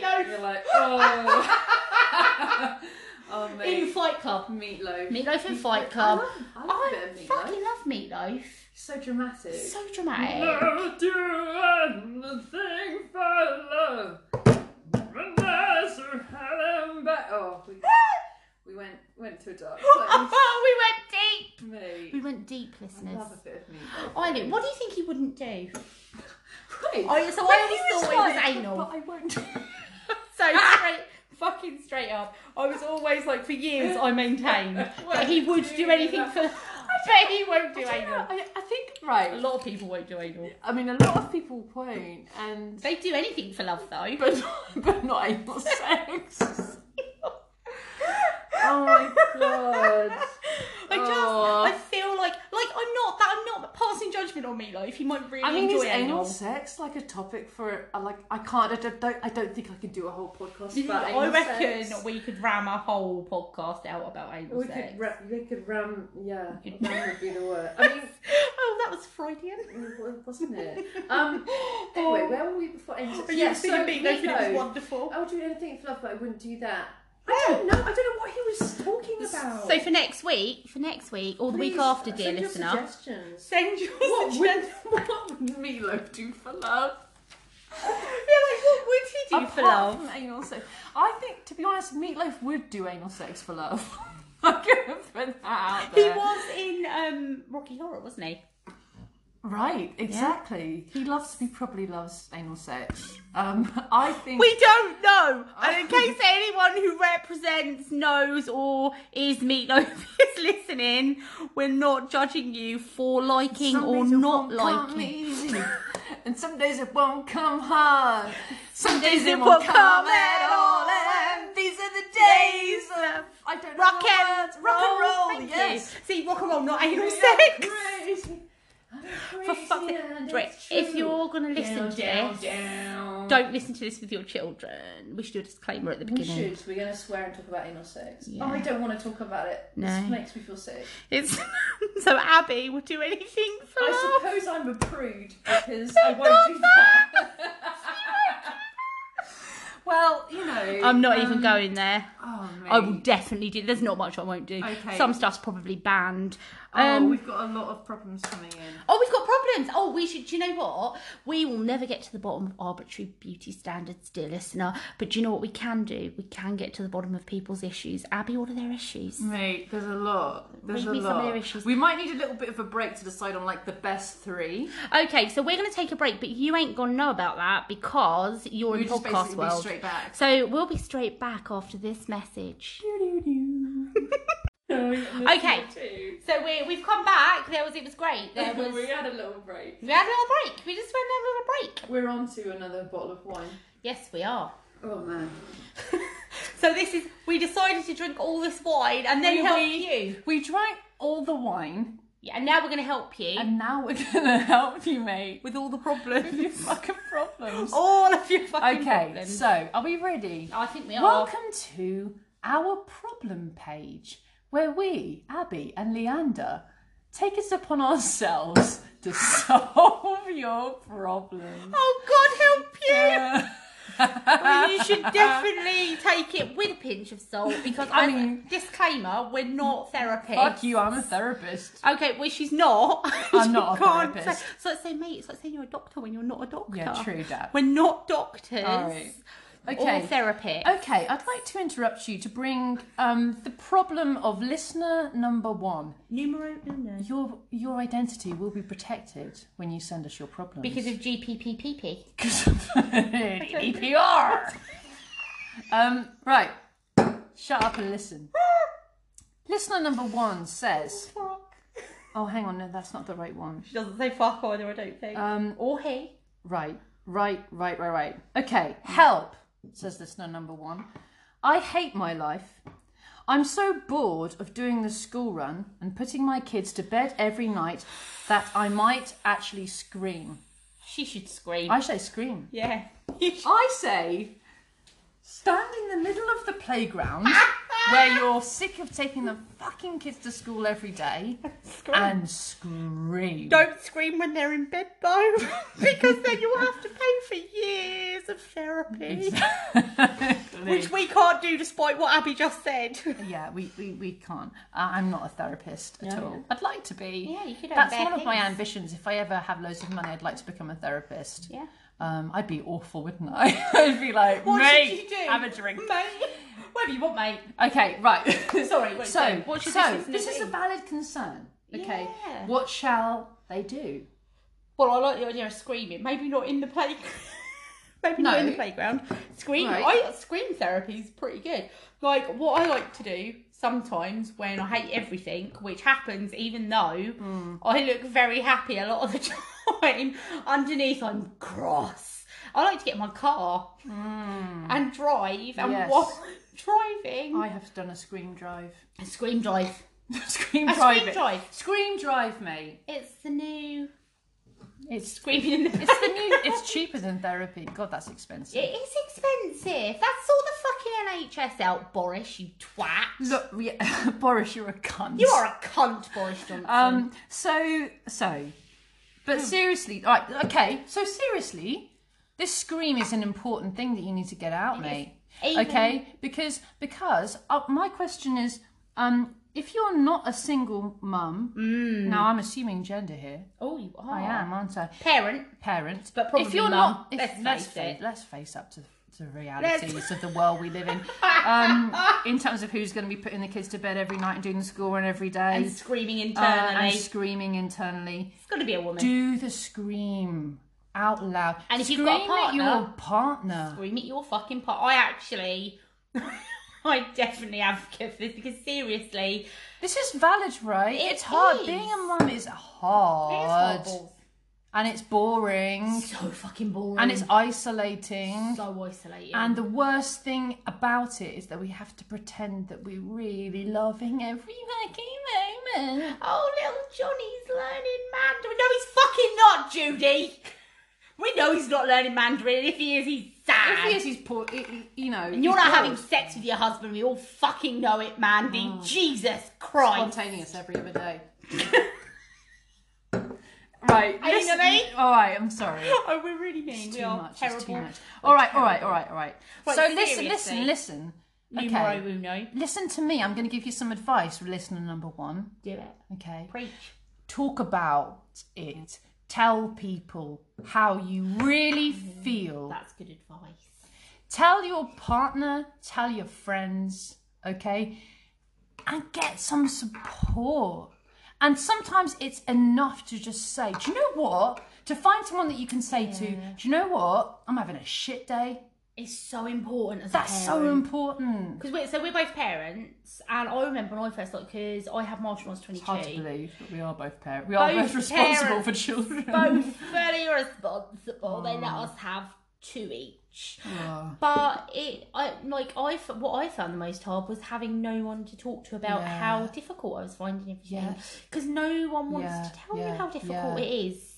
B: You're
A: you're like oh oh
B: like meatloaf. In
A: mate
B: Fight Club.
A: meatloaf
B: Meatloaf in Fight
A: I
B: Club.
A: love, I love a bit of meatloaf
B: fucking love meatloaf.
A: so dramatic
B: So dramatic.
A: Never do anything for love unless you're having ba- oh we, we went went to a dark place
B: we went deep. We
A: mate
B: went deep,
A: I
B: listeners.
A: love a bit of meatloaf
B: Oh, I do. What do you think he wouldn't do?
A: Right.
B: Oh, so
A: But
B: I
A: he
B: always thought it was anal.
A: But I won't.
B: So straight, fucking straight up. I was always like, for years, I maintained that he would do anything for. I bet he won't do anal.
A: I, I think
B: A
A: right.
B: lot of people won't do anal.
A: I mean, a lot of people won't, and
B: They do anything for love, though.
A: but not, but not anal sex. oh my god. Oh.
B: I just,
A: Aw.
B: I feel like, like I'm not that I'm not passing judgment on Milo if he might really
A: I mean, is
B: enjoy
A: anal
B: anal.
A: sex like a topic for uh, like I can't. I don't, don't. I don't think I could do a whole podcast about
B: I
A: anal
B: reckon
A: sex.
B: we could ram a whole podcast out about anal
A: We
B: sex.
A: could, ra- we could ram, yeah,
B: We could-
A: ram would be the word. I mean,
B: oh, that was Freudian.
A: w- wasn't it? Um, anyway, where were we before? Anal-
B: Yeah, so meatloaf, and it was
A: meatloaf.
B: wonderful.
A: I would do anything for love, but I wouldn't do that. I don't know. I don't know what he was talking about.
B: So for next week, for next week or the week
A: Please,
B: after, dear
A: send your
B: listener,
A: suggestions.
B: send your
A: What would,
B: suggestions.
A: what would Meatloaf do for love?
B: yeah, like what would he do
A: Apart
B: for love?
A: From anal sex. I think, to be honest, Meatloaf would do anal sex for love. I'm gonna put that out
B: He
A: there.
B: was in um, Rocky Horror, wasn't he?
A: right, exactly. He loves. He probably loves anal sex. Um, I think.
B: We don't know. And in case anyone who represents, knows, or is meatloaf is listening, we're not judging you for liking
A: Some
B: or
A: days it
B: not
A: won't come
B: liking.
A: easy, and some days it won't come hard. Some
B: days
A: days
B: it
A: it
B: won't
A: won't
B: come
A: come
B: at
A: at all.
B: all.
A: And these are the days of I don't know
B: Rock and
A: words.
B: rock and roll.
A: Thank
B: yes.
A: you.
B: See, rock and roll, not
A: We
B: anal
A: are
B: sex.
A: crazy. I'm
B: For
A: crazy
B: fucking
A: and
B: Drake,
A: it's
B: if
A: true.
B: you're gonna listen
A: down,
B: to
A: down,
B: this,
A: down.
B: don't listen to this with your children. We should do a disclaimer at the
A: We
B: beginning.
A: should. We're gonna swear and talk about anal sex.
B: Yeah.
A: Oh, I don't want to talk about it.
B: No.
A: This makes me feel sick.
B: It's so Abby will do anything for
A: I
B: love.
A: suppose I'm a prude because I won't do Ah. that. well, you know.
B: I'm not even
A: um,
B: going there.
A: Oh, mate.
B: I will definitely do. There's not much I won't do.
A: Okay.
B: Some stuff's probably banned.
A: Oh,
B: Um,
A: we've got a lot of problems coming in.
B: oh, we've got problems. Oh, we should. Do you know what? We will never get to the bottom of arbitrary beauty standards, dear listener. But do you know what we can do? We can get to the bottom of people's issues. Abby, what are their issues?
A: Mate, there's a lot. There's
B: Read
A: a
B: me some
A: lot.
B: of their issues.
A: We might need a little bit of a break to decide on like the best three.
B: Okay, so we're going to take a break, but you ain't going to know about that because you're
A: We'll
B: in
A: just
B: podcast
A: basically be
B: world.
A: straight back.
B: So we'll be straight back after this message. Okay. So we, we've come back. There was it was great. There was
A: we had a little break.
B: we had a little break. We just went on a little break.
A: We're on to another bottle of wine.
B: Yes, we are.
A: Oh man.
B: so this is we decided to drink all this wine and then
A: We-
B: help you.
A: We drank all the wine
B: Yeah, and now we're going to help you
A: And now we're gonna help you, mate.
B: with all the
A: With your
B: problems.
A: fucking problems.
B: all of your fucking
A: Okay,
B: problems.
A: so are we ready?
B: I think we are.
A: Welcome to our problem page, where we, Abby and Leander, take it upon ourselves to solve your problem.
B: Oh God, help you!
A: I
B: Well, you should definitely take it with a pinch of salt because
A: I
B: I
A: mean-
B: mean, disclaimer, we're not therapists.
A: Fuck you, I'm a therapist.
B: Okay, well, she's not.
A: I'm not a
B: can't
A: therapist.
B: say- it's like saying, mate, it's like saying you're a doctor when you're not a doctor.
A: Yeah, true that.
B: We're not doctors.
A: All right.
B: Okay. Or
A: Okay. Oh.
B: therapists.
A: Okay, I'd like to interrupt you to bring um, the problem of listener number one.
B: Numero uno.
A: Your your identity will be protected when you send us your problems.
B: Because of GPPPP.
A: Because of EPR. E um, right. Shut up and listen. Listener number one says,
B: Fuck.
A: "Oh, hang on, no, that's not the right one."
B: She doesn't say fuck either, I don't think.
A: Um,
B: or he.
A: right, right, right, right, right. Okay, help says listener number one. I hate my life. I'm so bored of doing the school run and putting my kids to bed every night that I might actually scream.
B: She should scream.
A: I say scream.
B: Yeah.
A: I say, stand in the middle of the playground where you're sick of taking the fucking kids to school every day
B: scream.
A: and scream.
B: Don't scream when they're in bed though, because then you'll have to pay for years of therapy, which we can't do despite what Abby just said.
A: yeah, we, we, we can't. Uh, I'm not a therapist at
B: No.
A: all. I'd like to be.
B: Yeah, you could have
A: That's
B: bad
A: one of my
B: things.
A: ambitions. If I ever have loads of money, I'd like to become a therapist.
B: Yeah.
A: Um, I'd be awful, wouldn't I? I'd be like,
B: What
A: mate,
B: should you do?
A: have a drink.
B: Mate. Whatever you want, mate.
A: Okay, right.
B: Sorry, wait,
A: so,
B: sorry. What should
A: so
B: this listener
A: this is a
B: be?
A: valid concern. Okay,
B: Yeah.
A: what shall they do?
B: Well, I like the idea of screaming. Maybe not in the play. Maybe
A: No.
B: not in the playground. Scream.
A: Right.
B: I scream therapy is pretty good. Like what I like to do sometimes when I hate everything, which happens even though
A: Hmm.
B: I look very happy a lot of the time. Underneath, I'm cross. I like to get in my car and drive, and
A: Hmm. Yes.
B: while I'm driving,
A: I have done a scream drive.
B: scream drive.
A: scream
B: A
A: drive.
B: scream
A: it.
B: drive.
A: Scream drive, mate.
B: It's the new
A: It's
B: screaming in the.
A: it's the new. It's cheaper than therapy. God, that's expensive.
B: It is expensive. That's all the fucking NHS out, Boris, you twat.
A: Look, yeah, Boris, you're a cunt.
B: You are a cunt, Boris Johnson.
A: Um. So so, but
B: Hmm.
A: seriously, like okay. So seriously, this scream is an important thing that you need to get out, mate.
B: Even-
A: Okay, because because uh, my question is, um, if you're not a single mum, now I'm assuming gender here.
B: Mm. oh, you are.
A: I am, aren't I?
B: Parent.
A: Parent,
B: But probably
A: if you're
B: mum,
A: not, if,
B: let's face
A: fa-
B: it.
A: let's face up to to the realities of the world we live in. Um, in terms of who's going to be putting the kids to bed every night and doing the school run every day,
B: And screaming
A: uh,
B: internally.
A: and screaming internally.
B: it's got to be a woman.
A: Do the scream out loud.
B: And if
A: scream
B: you've got a
A: at
B: partner-
A: your partner.
B: Scream at your fucking part. I actually. I definitely advocate for this because seriously,
A: This is valid, right?
B: It
A: it's hard.
B: is.
A: Being a mum is
B: it is
A: hard.
B: horrible.
A: And it's boring.
B: So fucking boring.
A: And it's isolating.
B: so isolating.
A: And the worst thing about it is that we have to pretend that we're really loving every fucking moment.
B: Oh, little Johnny's learning Mandarin. No, he's fucking not, Judy. We know he's not learning Mandarin. and If he is, he's sad.
A: If he is, he's poor. he- he- You know,
B: and you're not having sex with your husband. We all fucking know it, Mandy. Jesus Christ.
A: Oh. spontaneous every other day. right,
B: Are you
A: listen-
B: ready?
A: All right, I'm sorry.
B: Oh, we're really mean.
A: It's
B: we
A: too
B: are
A: much.
B: terrible.
A: It's too much. All right, all right, all right, all right.
B: Right,
A: so listen, listen,
B: seriously.
A: listen.
B: Numero
A: Okay.
B: uno.
A: Listen to me. I'm going to give you some advice, listener number one.
B: Do it.
A: Okay.
B: Preach.
A: Talk about it. Tell people how you really feel.
B: That's good advice.
A: Tell your partner. Tell your friends. Okay. And get some support. And sometimes it's enough to just say, do you know what? To find someone that you can say to, do you know what? I'm having a shit day.
B: It's so important as a
A: That's so
B: parent.
A: important.
B: Because we're, so we're both parents, and I remember when I first started, because I had Marshall when I was 22.
A: Hard to believe, but we are both parents. We are both,
B: Both
A: responsible
B: parents.
A: for children.
B: both fully responsible. They let us have to each. But it, I like I f- what I found the most hard was having no one to talk to about
A: Yeah.
B: how difficult I was finding everything
A: Yes.
B: because no one wants
A: Yeah,
B: to tell
A: yeah,
B: you how difficult
A: yeah.
B: it is.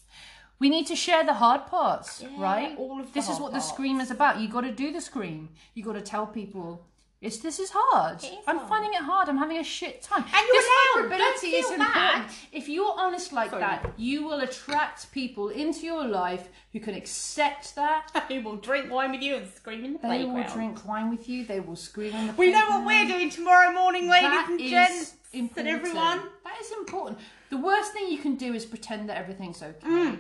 A: We need to share the hard parts,
B: Yeah,
A: right?
B: all of the
A: this is
B: hard
A: what
B: parts.
A: the scream is about. You got to do the scream. You got to tell people. It's, this is hard.
B: It is
A: I'm
B: hard.
A: finding it hard. I'm having a shit time.
B: And you're
A: this
B: allowed. Don't
A: vulnerability
B: feel
A: is important.
B: bad.
A: If you're honest like
B: Sorry.
A: that, you will attract people into your life who can accept that.
B: They will drink wine with you and scream in the
A: They
B: playground.
A: will drink wine with you. They will scream on the
B: We know what
A: playground.
B: we're doing tomorrow morning, ladies
A: That
B: and
A: is
B: gents, and
A: important.
B: everyone.
A: That is important. The worst thing you can do is pretend that everything's okay.
B: Mm.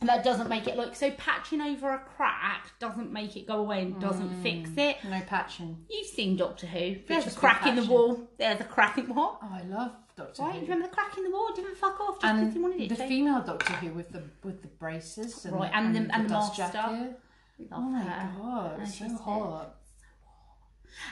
B: And that doesn't make it look so. Patching over a crack doesn't make it go away and doesn't fix it.
A: No patching.
B: You've seen Doctor Who. There's a
A: has been
B: crack in the
A: patching.
B: wall. There's a crack in what?
A: Oh, I love Doctor
B: Right,
A: Who.
B: you remember the crack in the wall? It Didn't fuck off just because he
A: and
B: wanted it
A: the
B: to.
A: female Doctor Who with the with the braces and,
B: Right, and the- and the
A: dust
B: master.
A: jacket.
B: Love
A: Oh my
B: her.
A: god,
B: And
A: so
B: she's
A: hot.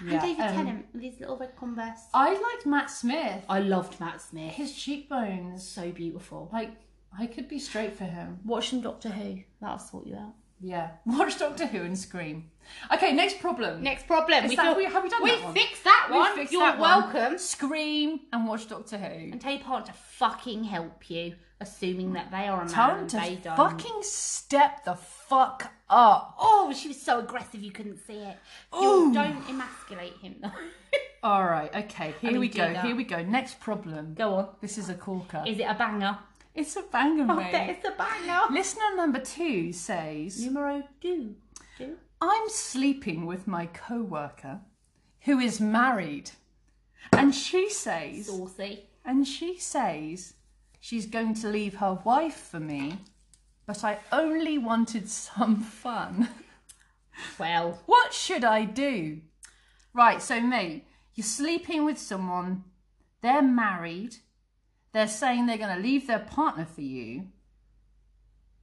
B: And
A: Yeah,
B: David
A: um,
B: Tennant with his little red Converse.
A: I liked Matt Smith.
B: I loved Matt Smith.
A: His cheekbones,
B: So beautiful.
A: like I could be straight for him.
B: Watch some Doctor Who. That'll sort you out.
A: Yeah, watch Doctor Who and scream. Okay, next problem.
B: Next problem.
A: Is
B: we
A: that-
B: feel-
A: we- have we done that one?
B: fixed that
A: We
B: one.
A: fixed
B: You're
A: that one.
B: welcome.
A: Scream and watch Doctor Who.
B: And tell your partner to fucking help you, assuming that they are a man
A: Time
B: and
A: to
B: they don't.
A: fucking step the fuck up.
B: Oh, she was so aggressive you couldn't see it. You don't emasculate him though.
A: All right, okay, here
B: mean,
A: we
B: do
A: go.
B: that.
A: Here we go. Next problem.
B: Go on.
A: This is a corker.
B: Is it a banger?
A: It's a banger, mate.
B: It's Oh, a banger.
A: Listener number two says,
B: Numero two. Two.
A: I'm sleeping with my co worker who is married. And she says,
B: Saucy.
A: and she says she's going to leave her wife for me, but I only wanted some fun.
B: Well,
A: What should I do? Right, so mate, you're sleeping with someone, they're married, they're saying they're going to leave their partner for you,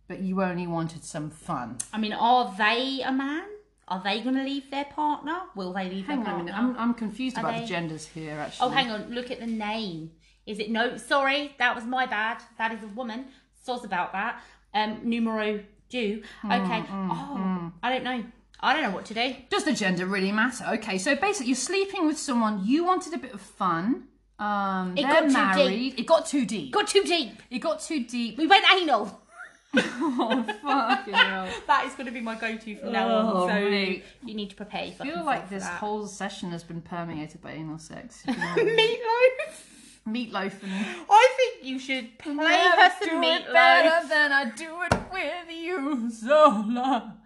A: but you only wanted some fun.
B: I mean, are they a man? Are they going to leave their partner? Will they leave
A: Hang
B: their
A: on a
B: partner?
A: minute, I'm, I'm confused
B: Are
A: about
B: they-
A: the genders here actually.
B: Oh, hang on. Look at the name. Is it no? Sorry, that was my bad. That is a woman. Soz about that. Um, numero do. Okay. oh, I don't know. I don't know what to do.
A: Does the gender really matter? Okay, so basically you're sleeping with someone, you wanted a bit of fun, um,
B: It
A: they're
B: got too
A: married, it got too deep.
B: Got too deep.
A: it got too deep.
B: We went anal.
A: oh, fucking hell.
B: That is going to be my go-to from now
A: Oh,
B: on. So
A: mate.
B: you need to prepare.
A: I feel like this whole session has been permeated by anal sex. You know,
B: meatloaf.
A: meatloaf and
B: I think you should play her
A: Never
B: some
A: do it
B: meatloaf.
A: better than I do it with you, Zola.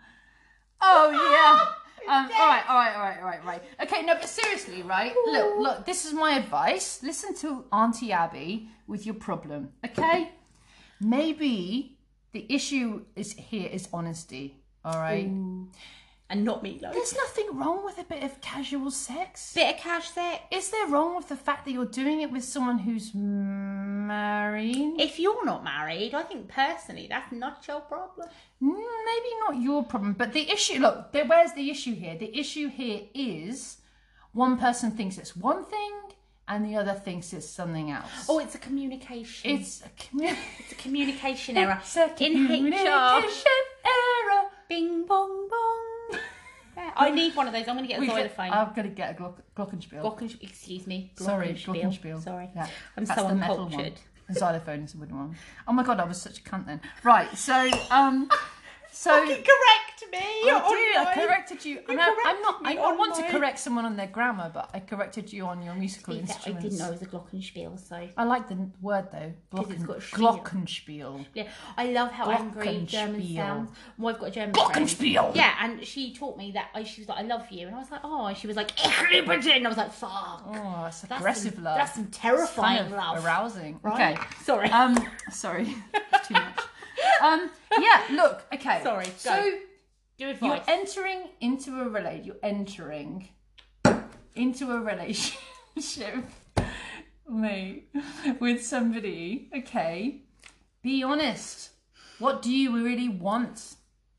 A: Oh yeah. Um, all right, all right, all right, all right, right. Okay, no, but seriously, right? Look, look. This is my advice. Listen to Auntie Abby with your problem. Okay. Maybe the issue is here is honesty. All right.
B: And not meatloaf.
A: There's nothing wrong with a bit of casual sex.
B: Bit of cash sex.
A: Is there wrong with the fact that you're doing it with someone who's married?
B: If you're not married, I think personally that's not your problem.
A: maybe not your problem, but the issue look, there, where's the issue here? The issue here is one person thinks it's one thing and the other thinks it's something else.
B: Oh, it's a communication.
A: It's a community.
B: It's a communication error.
A: It's a
B: In HR.
A: communication error.
B: Bing bong bong. Yeah, I need one of those. I'm going to get a
A: We could-
B: xylophone.
A: I've got to get a Glock, Glockenspiel.
B: Glocken- excuse me.
A: Sorry,
B: Glockenspiel.
A: Glockenspiel.
B: Sorry.
A: Yeah,
B: I'm
A: that's
B: so
A: the metal
B: uncultured.
A: One. The xylophone is a wooden one. Oh my god, I was such a cunt then. Right, so um, so
B: Fucking correct me.
A: I did. I
B: online.
A: corrected you. And I, I'm
B: corrected
A: not. I
B: me
A: don't want to
B: online.
A: correct someone on their grammar, but I corrected you on your musical
B: Yeah, I
A: instruments.
B: didn't know it was a glockenspiel, so
A: I like the n- word though.
B: 'Cause it's
A: Glocken,
B: got spiel.
A: glockenspiel.
B: yeah. I love how angry German
A: Glockenspiel.
B: sounds. Well, I've got a German friend.
A: Glockenspiel.
B: Yeah, and she taught me that. I, she was like, "I love you," and I was like, "Oh," and she was like, "Ich liebe dich," and I was like, "Fuck."
A: Oh, that's
B: That's
A: aggressive
B: some,
A: love.
B: That's some
A: It's kind
B: terrifying
A: of
B: love.
A: Arousing.
B: Right?
A: Okay.
B: Sorry.
A: Um, sorry, it's too much. Um, yeah. Look. Okay.
B: Sorry, go.
A: So
B: Do
A: you're
B: advice.
A: entering into a relate. You're entering into a relationship, mate, with somebody. Okay. Be honest. What do you really want?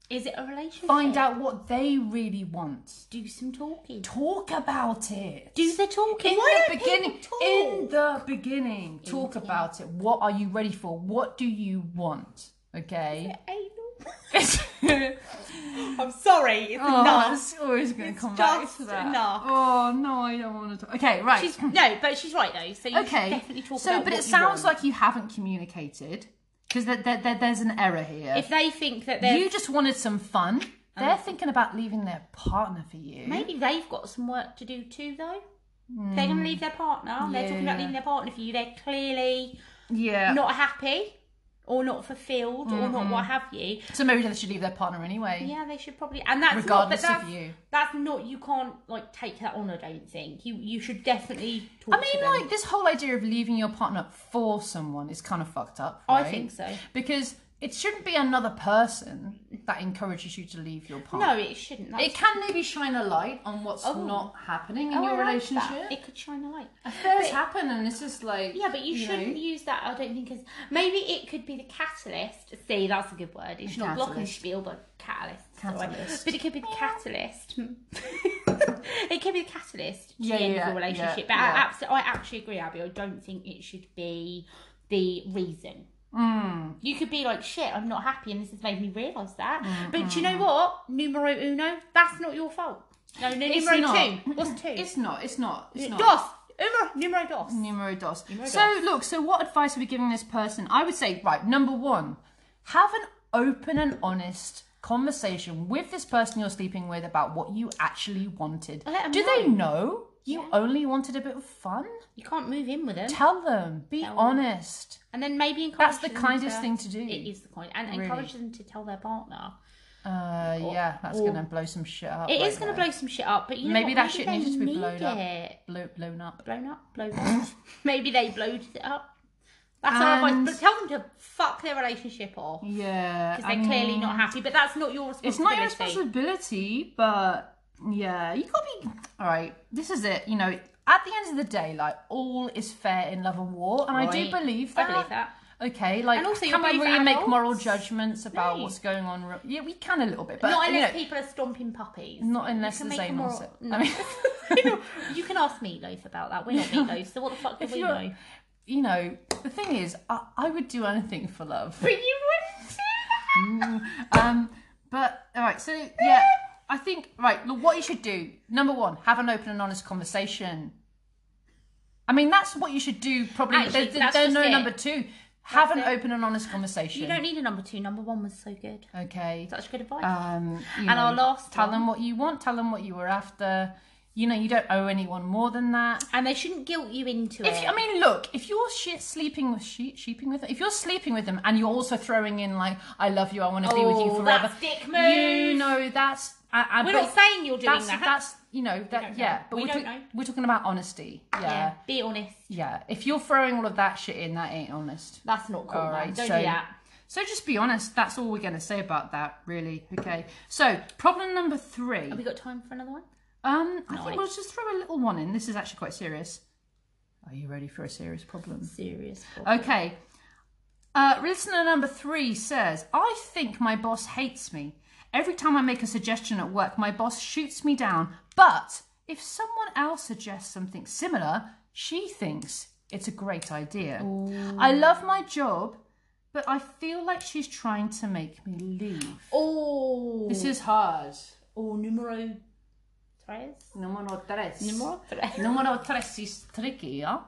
B: Is it a relationship?
A: Find out what they really want.
B: Do some talking.
A: Talk about it.
B: Do the talking.
A: in
B: Why
A: the
B: don't
A: beginning.
B: people talk?
A: In the beginning, talk about it. What are you ready for? What do you want? Okay.
B: Anal. I'm sorry, it's
A: Oh,
B: enough.
A: it's always going to
B: It's
A: come back
B: just
A: to that.
B: enough.
A: Oh no, I don't want to talk. Okay, right.
B: She's no, but she's right though. So you
A: okay.
B: should definitely talk
A: so,
B: about
A: but
B: what
A: it
B: you
A: sounds
B: want.
A: like you haven't communicated because there, there, there- there's an error here.
B: if they think that they're
A: you just wanted some fun, they're thinking about leaving their partner for you.
B: maybe they've got some work to do too though. They're going to leave their partner. They're talking
A: Hmm. Yeah.
B: about leaving their partner for you. They're clearly
A: Yeah. Mm-hmm.
B: not happy or not fulfilled or not what have you.
A: So maybe they should leave their partner anyway.
B: Yeah, they should probably. And that's
A: Regardless
B: not, but
A: of
B: that's,
A: you.
B: That's not. You can't like take that on. I don't think you. You should definitely. Talk
A: I
B: to
A: mean,
B: them.
A: like this whole idea of leaving your partner for someone is kind of fucked up.
B: I
A: right?
B: think so.
A: because it shouldn't be another person that encourages you to leave your partner.
B: No, it shouldn't. That's
A: Oh. It can maybe shine a light on what's
B: Oh.
A: not happening in
B: Oh, I
A: your
B: like that.
A: relationship.
B: It could shine a light.
A: Affairs happen, and it's just like
B: Yeah, but you, shouldn't
A: know.
B: use that. I don't think as maybe it could be the catalyst. See, that's a good word. It's not
A: Catalyst.
B: Glockenspiel, but catalyst. Sorry.
A: Catalyst. Hmm.
B: But it could be the catalyst. it could be the catalyst to
A: Yeah,
B: the end
A: yeah,
B: of your relationship.
A: yeah,
B: but I,
A: yeah.
B: absolutely, I actually agree, Abby. I don't think it should be the reason.
A: Hmm.
B: You could be like, shit, I'm not happy, and this has made me realise that.
A: Mm-hmm.
B: But do you know what? Numero uno, that's not your fault. No, no
A: It's
B: numero
A: not.
B: two. What's two?
A: It's not. It's not. It's not. Mm.
B: dos. Numero, numero dos.
A: Numero dos. so
B: dos.
A: look. So what advice are we giving this person? I would say right. Number one, have an open and honest conversation with this person you're sleeping with about what you actually wanted.
B: Let 'em
A: Do they know you only wanted a bit of fun?
B: You can't move in with them.
A: Tell them. Be honest.
B: And then maybe encourage
A: That's the
B: them
A: kindest
B: to-
A: thing to do.
B: It is the kind, and encourage them to tell their partner.
A: Uh, yeah, that's
B: or-
A: gonna blow some shit up.
B: Oh. It is
A: right
B: going
A: there.
B: to blow some shit up, but you know
A: Maybe
B: what?
A: that shit
B: they
A: needed to be blown
B: need
A: up.
B: it.
A: blow, blown up.
B: Blown up, blown up. maybe they blowed it up. That's our
A: And-
B: advice. But tell them to fuck their relationship off
A: Yeah,
B: because
A: I
B: they're
A: mean,
B: clearly not happy. But that's not your responsibility.
A: It's not your responsibility, but yeah, you gotta be all right. This is it. You know, at the end of the day, like all is fair in love and war, and I do
B: Right.
A: believe
B: I
A: that.
B: believe that.
A: Okay, like
B: And also
A: can
B: you're
A: we
B: both
A: really make
B: adults.
A: moral judgments about
B: No.
A: what's going on? re- Yeah, we can a little bit, but
B: not
A: you
B: unless
A: know,
B: people are stomping puppies.
A: not unless
B: You can
A: there's
B: make a
A: anal.
B: moral-
A: se-
B: No.
A: I mean,
B: you can ask Meatloaf about that. We're not Meatloaf, so what the fuck do
A: If
B: we
A: you're-
B: know?
A: you know, the thing is, I, I would do anything for love.
B: But you wouldn't do that.
A: Um, but all right, so yeah, I think right. Look, what you should do. Number one, have an open and honest conversation. I mean, that's what you should do. Probably.
B: Actually,
A: there- there-
B: that's
A: there's
B: just
A: no
B: it.
A: number two. Have
B: That's
A: an
B: it.
A: open and honest conversation.
B: You don't need a number two. Number one was so good.
A: okay.
B: Such good advice.
A: Um, you
B: and
A: know,
B: our last
A: tell
B: one.
A: them what you want. Tell them what you were after. You know, you don't owe anyone more than that.
B: And they shouldn't guilt you into
A: If
B: it.
A: you, I mean, look, if you're shit sleeping with she, sheeping with them, if you're sleeping with them and you're also throwing in like, I love you, I want to be with you
B: Oh,
A: forever.
B: that's dick
A: You
B: move.
A: know, that's. I, I,
B: We're
A: but
B: not saying you're doing
A: that's,
B: that.
A: That's you know that
B: don't
A: yeah.
B: know.
A: But
B: We
A: we're
B: don't
A: ta-
B: know.
A: We're talking about honesty. Yeah. yeah,
B: Be honest.
A: If you're throwing all of that shit in, that ain't honest.
B: That's not cool.
A: All
B: man.
A: right,
B: Don't
A: so-
B: do that.
A: So just be honest. That's all we're gonna say about that, really. Okay. So problem number three.
B: Have we got time for another one?
A: Um, I
B: No,
A: think
B: I-
A: we'll just throw a little one in. This is actually quite serious. Are you ready for a serious problem?
B: Serious.
A: Okay. Uh, listener number three says, I think my boss hates me. Every time I make a suggestion at work, my boss shoots me down. But if someone else suggests something similar, she thinks it's a great idea. I love my job, but I feel like she's trying to make me leave.
B: Oh.
A: This is hard.
B: Oh, numero tres.
A: Numero tres.
B: Numero tres.
A: Numero tres is tricky, yeah?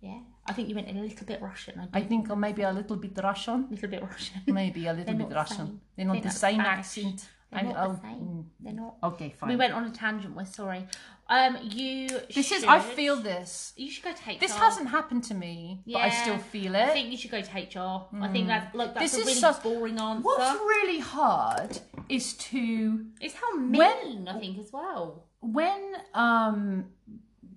B: Yeah. I think you went a little bit Russian. A
A: I think uh, maybe a little bit Russian.
B: little bit Russian.
A: Maybe a little
B: They're
A: bit
B: not the
A: Russian.
B: same.
A: They're not
B: They're
A: the
B: not
A: same
B: Spanish.
A: accent.
B: They're
A: I'm-
B: not
A: I'll-
B: the same. They're not.
A: Okay, fine.
B: We went on a tangent. We're sorry. Um, you.
A: this
B: should,
A: is. I feel this.
B: You should go take.
A: This hasn't happened to me, but I still feel
B: I
A: it. Mm.
B: think you should go to HR. I think that look that's
A: This
B: a
A: is
B: really
A: such-
B: boring answer.
A: What's really hard is to
B: It's how mean
A: When-
B: I think as well.
A: when um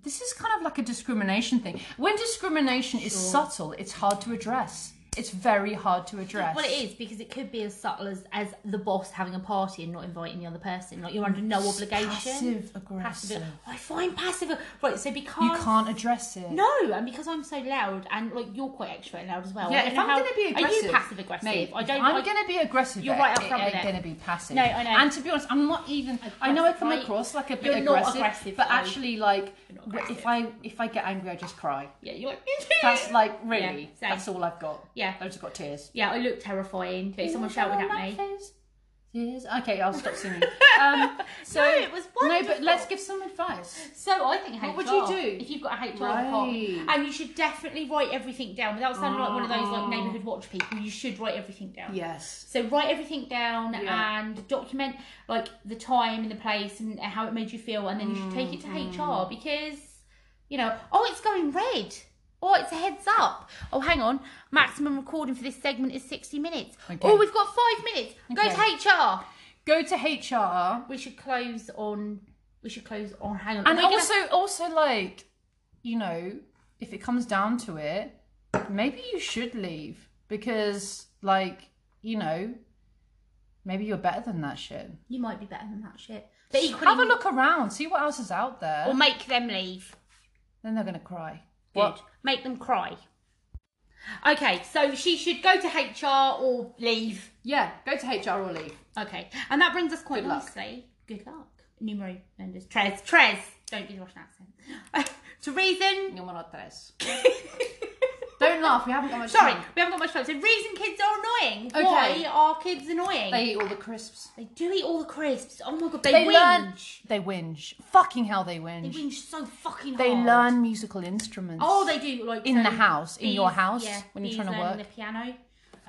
A: this is kind of like a discrimination thing. When discrimination is subtle, it's hard to address. It's very hard to address.
B: Well, it is because it could be as subtle as as the boss having a party and not inviting the other person. Like you're under no obligation.
A: Passive aggressive.
B: Passive- I find passive. Right. So because
A: You can't address it.
B: No, and because I'm so loud and like you're quite extra and loud as well. I
A: Yeah,
B: don't
A: if
B: know
A: I'm
B: how-
A: going to be
B: are
A: aggressive,
B: you passive aggressive?
A: mate,
B: I don't.
A: If I'm
B: I-
A: going to be aggressive.
B: You're
A: it-
B: right up
A: it
B: front with
A: ain't
B: it.
A: going to be passive.
B: No, I know.
A: And to be honest, I'm not even. I know I come
B: Aggressive, right?
A: across like a bit
B: You're not
A: aggressive,
B: aggressive,
A: but
B: though.
A: actually, like,
B: not
A: if I if I get angry, I just cry.
B: Yeah, you're. Like,
A: That's like really.
B: same.
A: that's all I've got.
B: Yeah.
A: I've just got tears.
B: Yeah, I look terrifying. Someone
A: You're
B: shouted
A: on
B: at
A: my
B: me.
A: face. Tears. Okay, I'll stop singing. Um, so
B: No, it was
A: no, but
B: wonderful.
A: let's give some advice.
B: So I think HR.
A: What would you do?
B: if you've got a HR
A: Right.
B: department? And you should definitely write everything down. Without sounding like one of those
A: Ah.
B: like neighbourhood watch people, you should write everything down.
A: Yes.
B: So write everything down
A: Yeah.
B: and document like the time and the place and how it made you feel, and then you should take it to
A: Mm.
B: HR because you know, oh, it's going red. Oh, it's a heads up. Oh, hang on. Maximum recording for this segment is 60 minutes. Oh, we've got five minutes.
A: Okay.
B: Go to HR.
A: Go to HR
B: We should close on. We should close on. Hang on.
A: and
B: We're gonna-
A: also also like you know if it comes down to it maybe you should leave because like you know maybe you're better than that shit
B: You might be better than that shit. But equally,
A: have a look around see what else is out there
B: or make them leave.
A: then they're gonna cry
B: Good. Make them cry. Okay, so she should go to HR or leave.
A: yeah go to hr or leave
B: Okay, and that brings us quite
A: Good luck.
B: nicely. Good luck. Numero members. Trez. Trez. Don't do the Russian accent. to reason.
A: numero tres don't laugh we haven't got much
B: Sorry,
A: time.
B: we haven't got much time. So reason kids are annoying.
A: Okay.
B: Why are kids annoying?
A: they eat all the crisps
B: They do eat all the crisps. Oh my god, they,
A: they
B: whinge.
A: learn they whinge fucking hell they
B: They
A: whinge
B: whinge so fucking hard.
A: they learn musical instruments
B: Oh, they do like
A: In the
B: um,
A: house, in your
B: Bee's-
A: house, when you're
B: Bee's
A: trying to
B: learning
A: work.
B: um, The piano,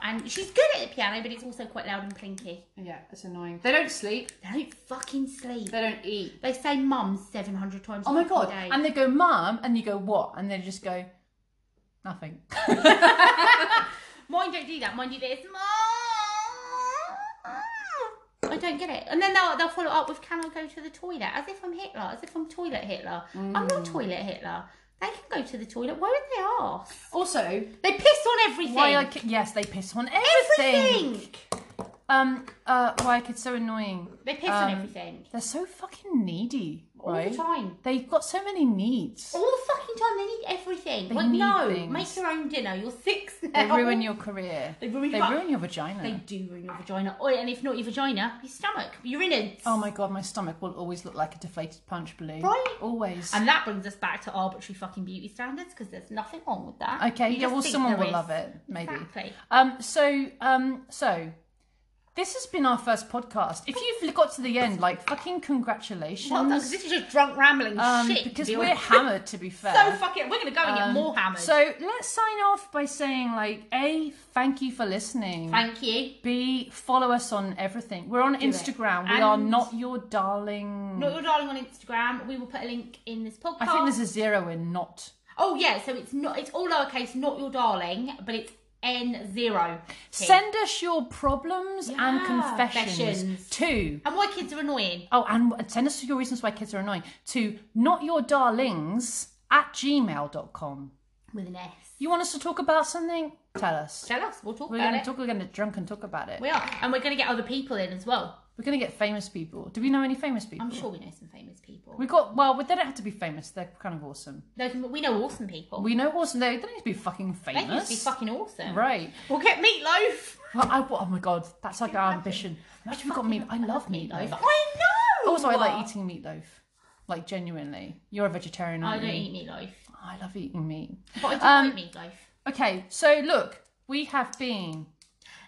B: and she's good at the piano, but it's also quite loud and clinky.
A: yeah it's annoying they don't sleep
B: They don't fucking sleep.
A: they don't eat
B: They say mum seven hundred times.
A: Oh my god!
B: fucking Day.
A: And they go, "Mum," and you go, "What?" And they just go, "Nothing."
B: mine don't do that. Mine do this. Mum. I don't get it. And then they'll, they'll follow up with, "Can I go to the toilet?" As if I'm Hitler. As if I'm toilet Hitler. I'm
A: Mm.
B: not toilet Hitler. They can go to the toilet. Why would they ask?
A: also,
B: They piss on everything.
A: why I ki- yes, they piss on everything.
B: everything.
A: Um, uh, why I kids so annoying?
B: They piss on
A: Um,
B: everything.
A: They're so fucking needy,
B: All
A: right?
B: the time.
A: They've got so many needs.
B: All the fucking time. They need everything.
A: They
B: like,
A: need
B: no,
A: things.
B: make your own dinner. You're six
A: They
B: now.
A: ruin your career.
B: They ruin
A: They
B: your-
A: ruin your vagina.
B: They do ruin your vagina. Oh, and if not your vagina, your stomach, your innards.
A: Oh my god, my stomach will always look like a deflated punch balloon.
B: Right?
A: Always.
B: And that brings us back to arbitrary fucking beauty standards because there's nothing wrong with that.
A: Okay,
B: You
A: yeah,
B: just
A: well,
B: think
A: someone
B: there
A: will
B: is.
A: love it, maybe.
B: Exactly.
A: Um, so, um, so this has been our first podcast. If you've got to the end, like fucking congratulations,
B: Well, that's- this is just drunk rambling
A: um,
B: shit. to
A: because
B: be
A: we're
B: honest.
A: hammered. To be fair,
B: so fucking. We're gonna go and get
A: Um,
B: more hammered.
A: So let's sign off by saying, like, a thank you for listening.
B: thank you.
A: B follow us on everything. We're on Instagram. We are
B: And-
A: not your darling.
B: Not your darling on Instagram. We will put a link in this podcast.
A: I think there's a zero in not.
B: Oh yeah, so it's not. It's all lowercase. Not your darling, but it's n zero.
A: Send us your problems and
B: Yeah.
A: confessions,
B: Confessions.
A: to
B: And why kids are annoying.
A: Oh, and send us your reasons why kids are annoying to notyourdarlings at gmail.com.
B: With an S.
A: You want us to talk about something? Tell us.
B: Tell us. We'll talk
A: We're
B: about
A: going to
B: it.
A: talk, we're going to drunk and talk about it.
B: we are, and we're going to get other people in as well.
A: We're going to get famous people. Do we know any famous people?
B: I'm sure we know some famous people.
A: We got, well, they don't have to be famous. They're kind of awesome.
B: Those- we know awesome people.
A: We know awesome. They they don't need to be fucking
B: they
A: famous.
B: used to be fucking awesome.
A: right.
B: We'll get meatloaf.
A: Well, I, oh my God, that's like our ambition. Imagine we got meat. I love meatloaf.
B: I know.
A: Also, I like eating meatloaf. Like, genuinely. You're a vegetarian,
B: I
A: aren't
B: don't
A: you?
B: eat meatloaf,
A: I love eating meat.
B: but I do
A: Mm. Um,
B: like meatloaf.
A: Okay, so look, we have been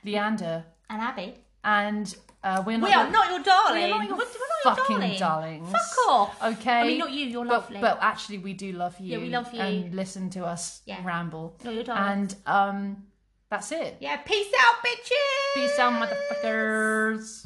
A: Leander,
B: And Abby,
A: and uh, we're not.
B: we are not your darling.
A: we're not your
B: We're- we're not your
A: fucking
B: darling.
A: darlings.
B: Fuck off.
A: Okay.
B: I mean, not you. You're
A: But-
B: lovely.
A: But actually, we do love you.
B: we love you.
A: And listen to us
B: Yeah.
A: ramble.
B: Not your
A: and
B: darlings.
A: um, that's it.
B: yeah. Peace out, bitches.
A: Peace out, motherfuckers.